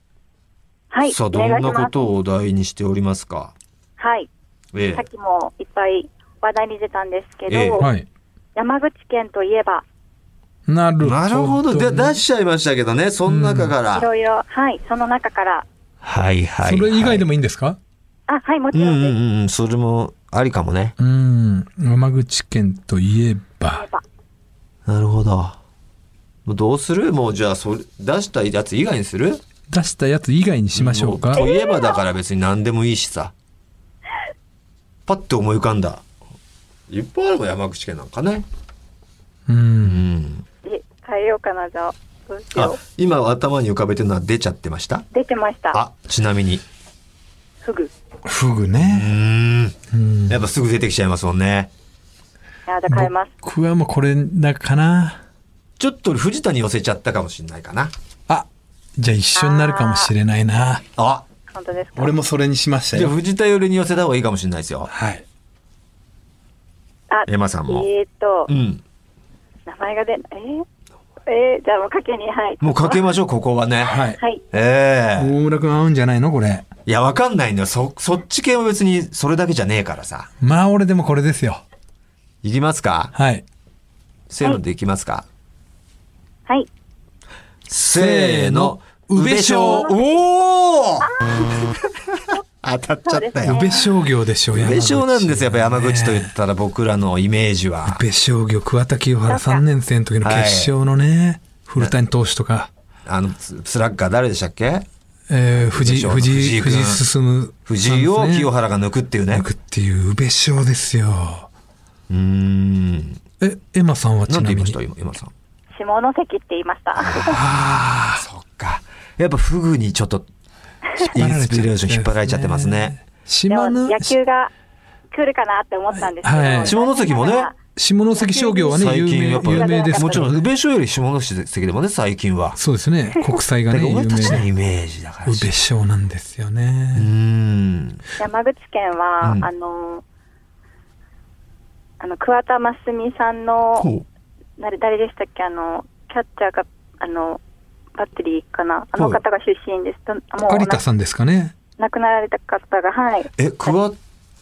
S3: はい。
S1: さあ
S3: お
S1: どん
S3: 願いし
S1: な
S3: ま
S1: こ
S3: す
S1: とをお題にしておりますか
S3: はい。
S1: え
S3: さっきもいっぱい話題に出たんですけど、
S1: ええ
S2: はい。
S3: 山口県といえば、
S2: なるほ
S1: え
S2: ど。
S1: なるほどで出しちゃいましたけどねその中から、
S3: いろいろ、はい、その中から、
S1: はいはい、
S2: それ以外で
S1: も
S2: もいいんですか
S3: あ、はい、も
S1: う
S3: ち
S1: ん
S3: ろ
S1: うん
S3: です。
S1: んうんそれもありかもね
S2: うん。山口県といえ
S3: いえ
S2: ば。
S3: ば
S1: なるほどもうどうするもうじゃあそれ出したやつ以外にする
S2: 出したやつ以外にしましょうか
S1: も。といえばだから別に何でもいいしさ。パッて思い浮かんだ。いっぱいあるもん山口県なんかね。
S2: う。
S1: うんん。
S3: え変えようかな、じゃあ。どうし
S1: あ
S3: よ、
S1: 今頭に浮かべてるのは出ちゃってました
S3: う。出てました。
S1: あ、ちなみに。
S3: すぐ。い
S2: フグ
S1: う
S2: ね。
S1: ーん。
S2: うん。
S1: やっぱすぐ出てきちゃいますもんね。
S3: や、じゃあ変えます。
S2: 僕はもうこれだかな。
S1: ちょっと藤田に寄せちゃったかもしれないかな。
S2: あ、じゃあ一緒になるかもしれないな。
S1: あ、
S3: 本当ですか。
S2: 俺もそれにしました
S1: じゃあ
S2: よ。
S1: 藤田寄りに寄せた方がいいかもしれないですよ。
S2: はい。
S3: あ、
S1: エマさんも。
S3: えーっと
S1: う、ん。
S3: 名前が出ない。えー、えー、じゃあもう賭けに、はい。
S1: もうかけましょう、ここはね。
S2: はい。
S3: はい。
S1: ええ
S2: 大村くん合うんじゃないのこれ。
S1: いや、わかんないんだよ。そ、そっち系は別にそれだけじゃねえからさ。
S2: まあ俺でもこれですよ。
S1: いきますか
S2: はい。
S1: せーのでいきますか、
S3: はい。
S1: せーの、宇部
S2: 商
S1: 商おお当たっちゃった
S2: 宇
S1: よ。
S2: 部商業でしょう、
S1: 宇部商なんですよ。やっぱ山口と言
S2: ね
S1: ったら僕らのイメージは。
S2: 宇部商業、桑田清原3年生の時の決勝のね、古谷投手とか、
S1: あの、ススラッガー誰でしたっけ
S2: えー、藤
S1: 宇
S2: 井、
S1: 部商の
S2: 藤
S1: 藤
S2: 井、
S1: 井君
S2: 藤井進
S1: 藤井を清
S2: 原
S1: 原が抜くっていうね。
S2: っていう宇部商ですよ。
S1: うーん。
S2: え、エマさんはち
S1: な
S2: なん
S1: て言
S2: み
S1: いま
S2: に
S1: した。今、今さん。
S3: 下関って言いま した。
S1: ああ、そっか。やっぱフグにちょっと、インスピレーション引っ張られちゃってますね。。
S3: で
S2: 島
S3: も
S2: の
S3: 野球が来るかなって思ったんですけど、
S2: はい
S1: 下関もね
S2: 下関商業はね、
S1: 最
S2: 有
S1: 近やっぱ
S2: 名有名です。
S1: もちろん、宇部商より下関でもね、最近は。
S2: そうです ね。国際が
S1: だ
S2: ね、
S1: から
S2: 有名
S1: 俺たちの
S2: で。
S1: イメージだから。
S2: 宇部省なんですよ
S1: うー
S2: ね。
S1: ん。
S3: 山口県は、
S1: うん
S3: あのあの桑田真澄さんの
S1: ほ
S3: 誰誰でしたっけあのキャッチャーがあのバッテリーかなあの方が出身です。ともう
S2: 有田さんですかね。
S3: 亡くなられた方がはい。
S1: え、桑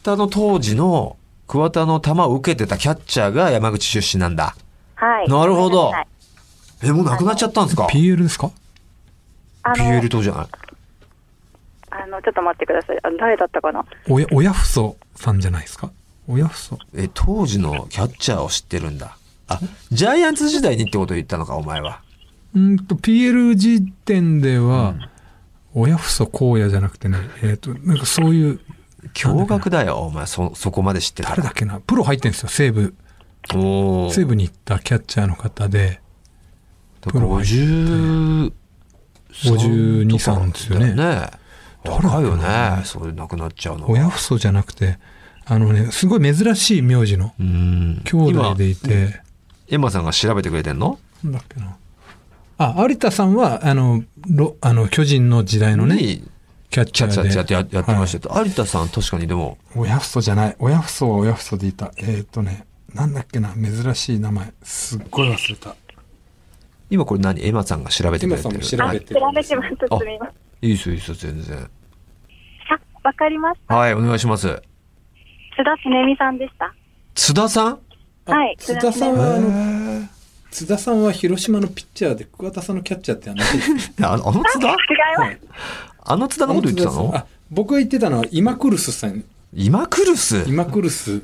S1: 田の当時の、桑田の球を受けてたキャッチャーが山口出身なんだ。
S3: はい。
S1: なるほど
S3: はい
S1: え、もう亡くなっちゃったんですか
S2: PL ですか
S3: あの
S1: ?PL 党じゃない。
S3: あのちょっと待ってください。あの誰だったかな。
S2: 親、親父祖さんじゃないですか親父祖。
S1: え、当時のキャッチャーを知ってるんだ。あ、ジャイアンツ時代にってことを言ったのか、お前は。
S2: うんと、PL 時点では、親父祖荒野じゃなくてね、えっと、なんかそういう、
S1: 驚愕だよ、お前、そ、そこまで知ってた
S2: 誰だっけな、プロ入ってんですよ、西武。
S1: おお。
S2: 西武に行ったキャッチャーの方で、
S1: だから
S2: プロ入って
S1: 50、
S2: 52 3ですよね
S1: ね。
S2: 誰だっ
S1: 若
S2: け
S1: い
S2: な
S1: よね。それ亡くなっちゃうのは。
S2: 親父祖じゃなくて、あのね、すごい珍しい名字の
S1: うん。
S2: 兄弟でいて、
S1: エマさんが調べてくれてんの
S2: なんだっけな。あ、有田さんは、あの、ロあの巨人の時代のね、キャッ
S1: チ
S2: チ
S1: ャ
S2: ャ
S1: チャチャ
S2: ー
S1: って
S2: で。
S1: ややってましたけど、有田さん確かにでも、
S2: 親父祖じゃない。親父祖は親父祖でいた。えーっ、とね、なんだっけな、珍しい名前。すっごい忘れた。
S1: 今これ何エマさんが調べてくれて
S2: エ
S1: る
S2: マさんも
S1: は
S2: 調
S3: あ、
S2: べ
S1: い、
S2: てる
S3: 調べてます。
S1: あ
S3: すみません。
S1: いいですよいいですよ全然
S3: あ、わかりました。
S1: はいお願いします
S3: 津田つねみさんでした。
S1: 津田さん
S2: あ
S3: はい
S2: 津田さん
S1: へ
S2: は、あの、
S1: ー
S2: 津田さんは広島のピッチャーで、桑田さんのキャッチャ ーって話ですね。
S1: あのあの津田
S3: 違います。
S2: い。
S1: あの津田のこと言ってたの
S2: あ、僕が言ってたのは、今クルスさん。
S1: 今クルス
S2: 今クルス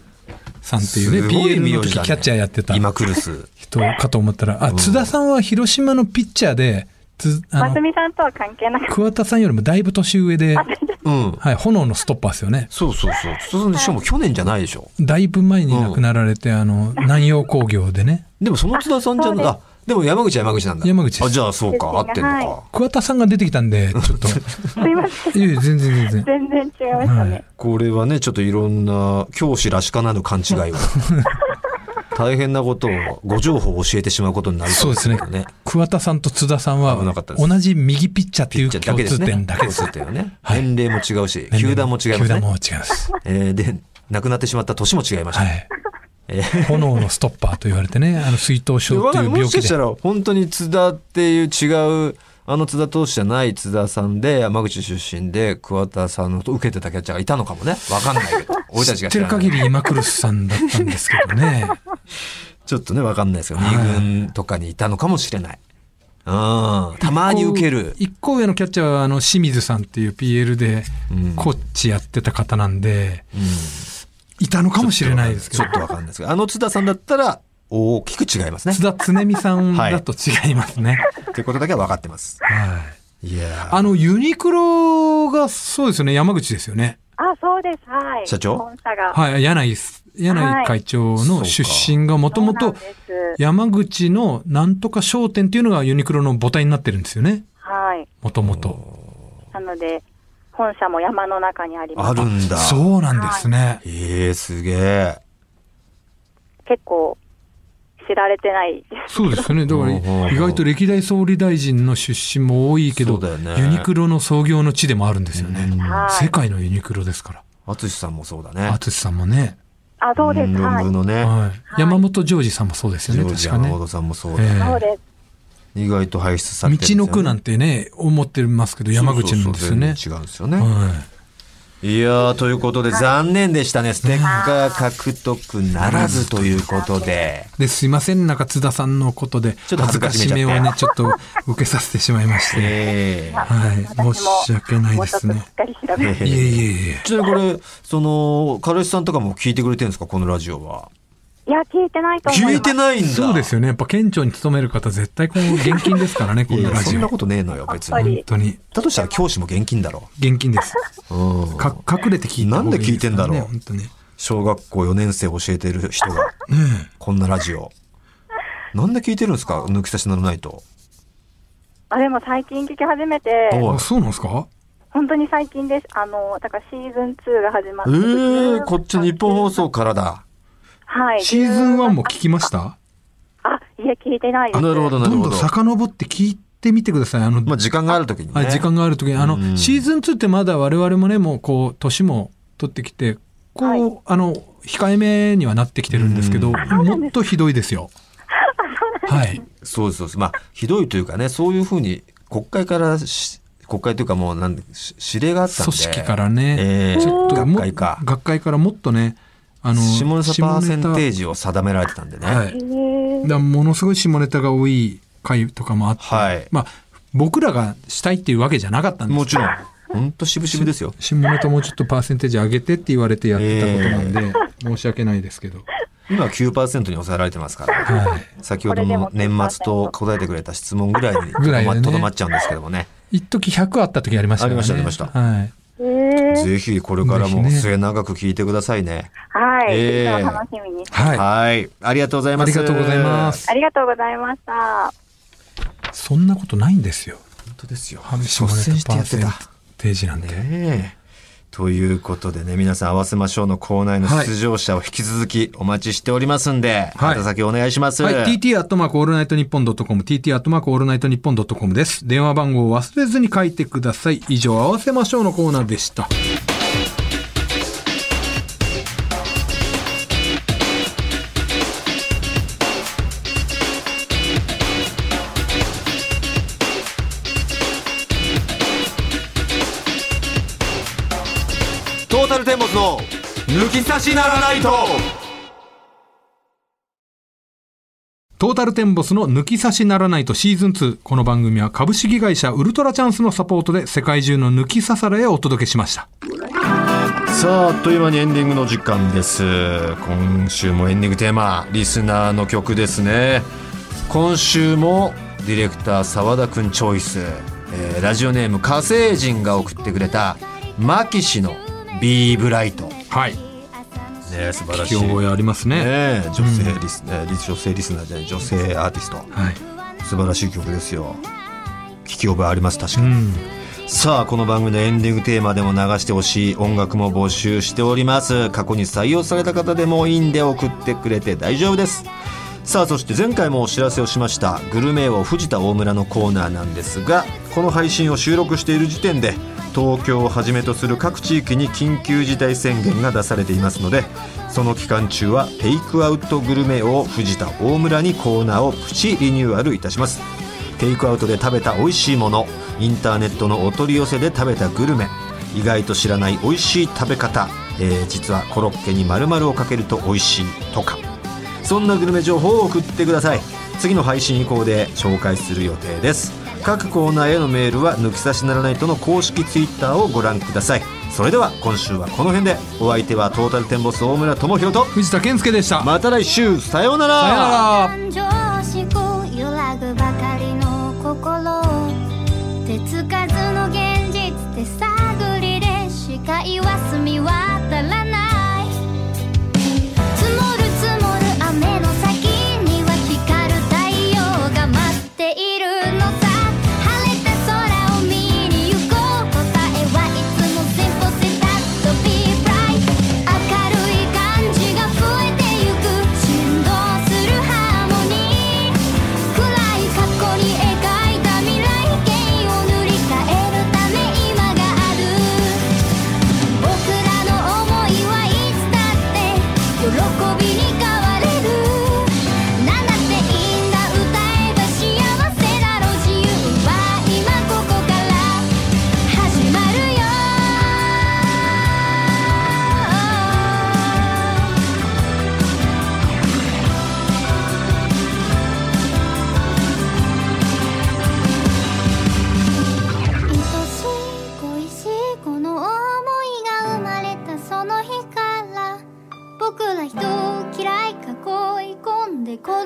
S2: さんっていうね、
S1: すごい
S2: BL の
S1: 名字
S2: 時
S1: だね
S2: キャッチャーやってた
S1: 今クルス
S2: 人かと思ったら、あ、
S1: ん
S2: 津田さんは広島のピッチャーで、つあ
S3: ます
S2: の、
S3: みさんとは関係な かっ
S2: 桑田さんよりもだいぶ年上で、
S1: うん
S2: はい、炎のストッパーですよね。
S1: そうそうそう津田さんしかも去年じゃないでしょ
S2: だいぶ前に亡くなられて、あの、南洋工業でね、
S1: でもその津田さんじゃな
S3: あ
S1: あでも山口は山口なんだ
S2: 山口です
S1: あじゃあそうか合ってんの
S3: は
S1: か
S2: 桑田さんが出てきたんで、ち ょっと、
S3: た。すみません。
S2: いやいや全然全然。
S3: 全然違いました
S2: は
S3: ね
S2: い。。
S1: これはねちょっといろんな教師らしからぬ勘違 いを大変なことをご情報を教えてしまうことになり
S2: そうですね
S1: だね。
S2: 桑田さんと津田さんは
S1: 危なかった、です
S2: 同じ右ピッチャーっていう
S1: じゃあだけ
S2: 共
S1: です
S2: 通
S1: ね。
S2: 点だけです
S1: 共。通点はね。
S2: はい
S1: 年齢も違うし、球団も違いま
S2: 球
S1: す
S2: 団も
S1: ね。
S2: 違います。
S1: えーで、亡くなってしまった年も違いました。
S2: はい。
S1: えー
S2: 炎のストッパーと言われて ね、あの水筒
S1: で
S2: 症
S1: わ
S2: って
S1: か
S2: い
S1: ん
S2: う
S1: ない
S2: 病
S1: もし
S2: 気
S1: かした
S2: で。
S1: ら本当に津田っていう違う、あの津田投手じゃない津田さんで、山口出身で桑田さんの受けてたキャッチャーがいたのかもね。わかんないけど。俺たち
S2: 知
S1: が
S2: ってる
S1: らない
S2: 限り今クルスさんだったんですけど ね。
S1: ちょっとね、わかんないですけど、
S2: はい
S1: 2軍とかにいたのかもしれない。うん。たまに受ける。
S2: 一個上のキャッチャーはあの清水さんっていう PL で
S1: うん
S2: コーチやってた方なんで、
S1: うん
S2: いたのかもしれないですけ
S1: ち
S2: ど
S1: ょっ。とわかんないですけど、あの津田さんだったら大きく違いますね。
S2: 津田つねみさんだと違いますね。
S1: ってことだけは分かってます。
S2: はい。
S1: いやー
S2: あの、ユニクロがそうですよね、山口ですよね。
S3: あ、そうです。はい。
S1: 社長
S3: 本社が。
S2: はい、柳井す、柳井会長の出身がもとも
S3: そ
S2: と
S3: うなんです
S2: 山口のなんとか商店っていうのがユニクロの母体になってるんですよね。
S3: はい。
S2: もともと。
S3: なので、本社も山の中にあり
S1: あ
S3: ます。
S1: るんだ。
S2: そうなんですね。
S1: ええすげえ。
S3: 結構、知られてないです。
S2: そうですよね。だから
S1: うんうんうん
S2: 意外と歴代総理大臣の出身も多いけ
S1: そ
S2: ど
S1: うだよ、ね
S2: ユニクロの創業の地でもあるんですよね。
S3: はい
S2: 世界のユニクロですか
S1: 淳さんもそうだ
S2: ら。
S1: ね。
S2: 淳さんもね。
S3: あ、そうです。
S1: ん論
S3: はい
S1: 文。のね。
S2: はい。山本譲二さんもそうです
S1: ジ
S2: よ
S1: ョ
S2: ね。
S1: ージ
S2: 確
S1: ア
S2: かね。
S1: の
S2: 道
S1: さんもそう
S2: え
S1: だ。
S3: そうです。
S1: 意外と輩出されて
S2: の区なんんてね、思ってますけど、
S1: ですよ
S2: 山
S1: ね
S2: 口なんです
S1: そうそうそ
S2: よね。
S1: う全然違うんですよね。
S2: はい
S1: やー、ということで、残念でしたね。ステッカー獲得ならずということで。
S2: い。で、すいません、中津田さんのことで、
S1: ちょっと恥ずかしめちゃって
S2: 恥ずかしめをね、ちょっと受けさせてしまいまして。
S1: ええ
S2: はい。
S3: 私も
S2: 申し訳ないで
S3: もうちょっ
S2: す
S3: とし
S2: ね
S3: っ。かり調べます。
S2: いえいえいえ。
S1: ちなみにこれ、その、彼氏さんとかも聞いてくれてるんですかこのラジオは。
S3: いや、聞いてないと思います。
S1: 聞いてないんだ。
S2: そうですよね。やっぱ県庁に勤める方、絶 対この現金ですからね、こ
S1: いや
S2: のラ
S1: そ
S2: ジ
S1: んな
S2: オ。
S1: ことねえのよ、別
S3: やっぱ
S1: に
S3: り。
S2: 本当に。
S1: だとしたら教師も現金だろ。
S2: 現 金です。
S1: うん。
S2: か隠れて聞い
S1: な
S2: た方がいいですからね
S1: んで聞いてんだろう
S2: 本当に。
S1: 小学校4年生教えてる人 が、こんなラジオ。なんで聞いてるんですか抜き差しならないと。
S3: あ、でも最近聞き始めて、
S1: おい
S2: あ、そうなんですか
S3: 本当に最近です。あの、だからシーズン2が始まっ
S1: ええ
S3: て。
S1: こっち日本放。送からだ。
S3: はい。
S2: シーズン1も聞きました
S3: あ、いえ、聞いてないで
S1: な
S3: す。
S1: るほど、
S2: ど
S1: なる
S2: ん
S1: ほ
S2: どん
S1: ど。
S2: 遡って聞いてみてください。あの、
S1: まあ、時間があるときに
S2: は
S1: ね。
S2: い時間がある時に、あ
S1: う
S2: の、
S1: ん
S2: シーズン2ってまだ我々もね、もうこう、年も取ってきて、こう、
S3: はい
S2: あの、控えめにはなってきてるんですけど、
S1: うん
S2: もっとひどいです よ。はい。
S1: そうです、そうです。まあ、ひどいというかね、そういうふうに、国会からし、国会というかもう、なんで、し指令があったんで。
S2: 組織からね、
S1: ええ
S2: ちょっと
S1: 学
S2: も
S1: 会か。
S2: 学会からもっとね、あの、
S1: 下ネタパーセンテー
S2: ジ。
S1: ジを定められてたんでね。
S2: はい。だからものすごい下ネタが多い回とかもあって、
S1: はい
S2: まあ、僕らがしたいっていうわけじゃなかったんです
S1: も
S2: け
S1: ちろん。ほんと渋々ですよ
S2: ど。下ネタもうちょっとパーセンテージ上げてって言われてやってたことなんで、申し訳ないですけど。
S1: 今9%に抑えられてますから。
S2: はい。
S1: 先ほども年末と答えてくれた質問ぐらいにと
S2: ぐ
S1: ど
S2: らい
S1: ま
S2: でね
S1: とどまっちゃうんですけどもね。
S2: 一時100あった時ありましたからね。
S1: ありましたありました
S2: はい。
S3: えー
S1: ぜひこれから
S2: ぜひ
S1: も
S2: ね
S1: 末永く聞いてくださいね。
S3: はい。
S1: え
S3: い
S1: ー
S3: つも楽しみに。
S2: はい。あ
S1: はい。ありがとうございます。
S2: りがとうございま。す
S3: あ。りがとうございました。
S2: そんなことないんですよ。
S1: 本当ですよ。
S2: 半
S1: 率先してやってた。
S2: テージなんで。
S1: ねえ。ということでね、皆さん合わせましょうのコーナーへの出場者を引き続きお待ちしておりますんで、
S2: はい
S1: 宛先お願いします。
S2: はい、tt アットマークオールナイトニッポンドットコム、tt アットマークオールナイトニッポンドットコムです。電話番号を忘れずに書いてください。以上、合わせましょうのコーナーでした。
S1: トータルテンボスの抜き差しならないと
S2: トータルテンボスの抜き差しならないとシーズン2。この番組は株式会社ウルトラチャンスのサポートで世界中の抜き差されへお届けしました。
S1: さあ、あっという間にエンディングの時間です。今週もエンディングテーマ、リスナーの曲ですね。今週もディレクター澤田くんチョイス、えーラジオネーム火星人が送ってくれた、マキシのビーブライト。ね、
S2: はい。
S1: 素晴らし
S2: 気
S1: い。ね
S2: 覚えありますね。
S1: え女性リス、えーリス女性リスナーじゃない女性アーティスト
S2: はい。
S1: 素晴らしい曲ですよ聞き覚えあります確か
S2: う
S1: に、
S2: ん。
S1: さあこの番組のエンディングテーマでも流してほしい音楽も募集しております過去に採用された方でもいいんで送ってくれて大丈夫ですさあそして前回もお知らせをしましたグルメ王藤田大村のコーナーなんですがこの配信を収録している時点で東京をはじめとする各地域に緊急事態宣言が出されていますのでその期間中はテイクアウトグルメ王藤田大村にコーナーをプチリニューアルいたしますテイクアウトで食べた美味しいものインターネットのお取り寄せで食べたグルメ意外と知らない美味しい食べ方、えー実はコロッケに〇〇をかけると美味しいとかそんなグルメ情報を送ってください次の配信以降で紹介する予定です各コーナーへのメールは抜き差しならないとの公式ツイッターをご覧くださいそれでは今週はこの辺でお相手はトータルテンボス大村智広と
S2: 藤田健介でした。
S1: また来週さような
S2: さよなら。
S4: 感情しく揺らぐばかりの心手つかずの現実手探りで視界は澄み渡らない積もる積もる雨の先には光る太陽が待っているのさ晴れた空を見に行こう答えはいつも simple say that to be bright 明るい感じが増えてゆく振動するハーモニー暗い過去に描いた未来形を塗り替えるため今がある僕らの想いはいつだって喜びに変われるなんだっていいんだ歌えば幸せだろ自由は今ここから始まるよ愛しい恋しいこの想いが生まれたその日から僕ら人を嫌い囲い込んで孤独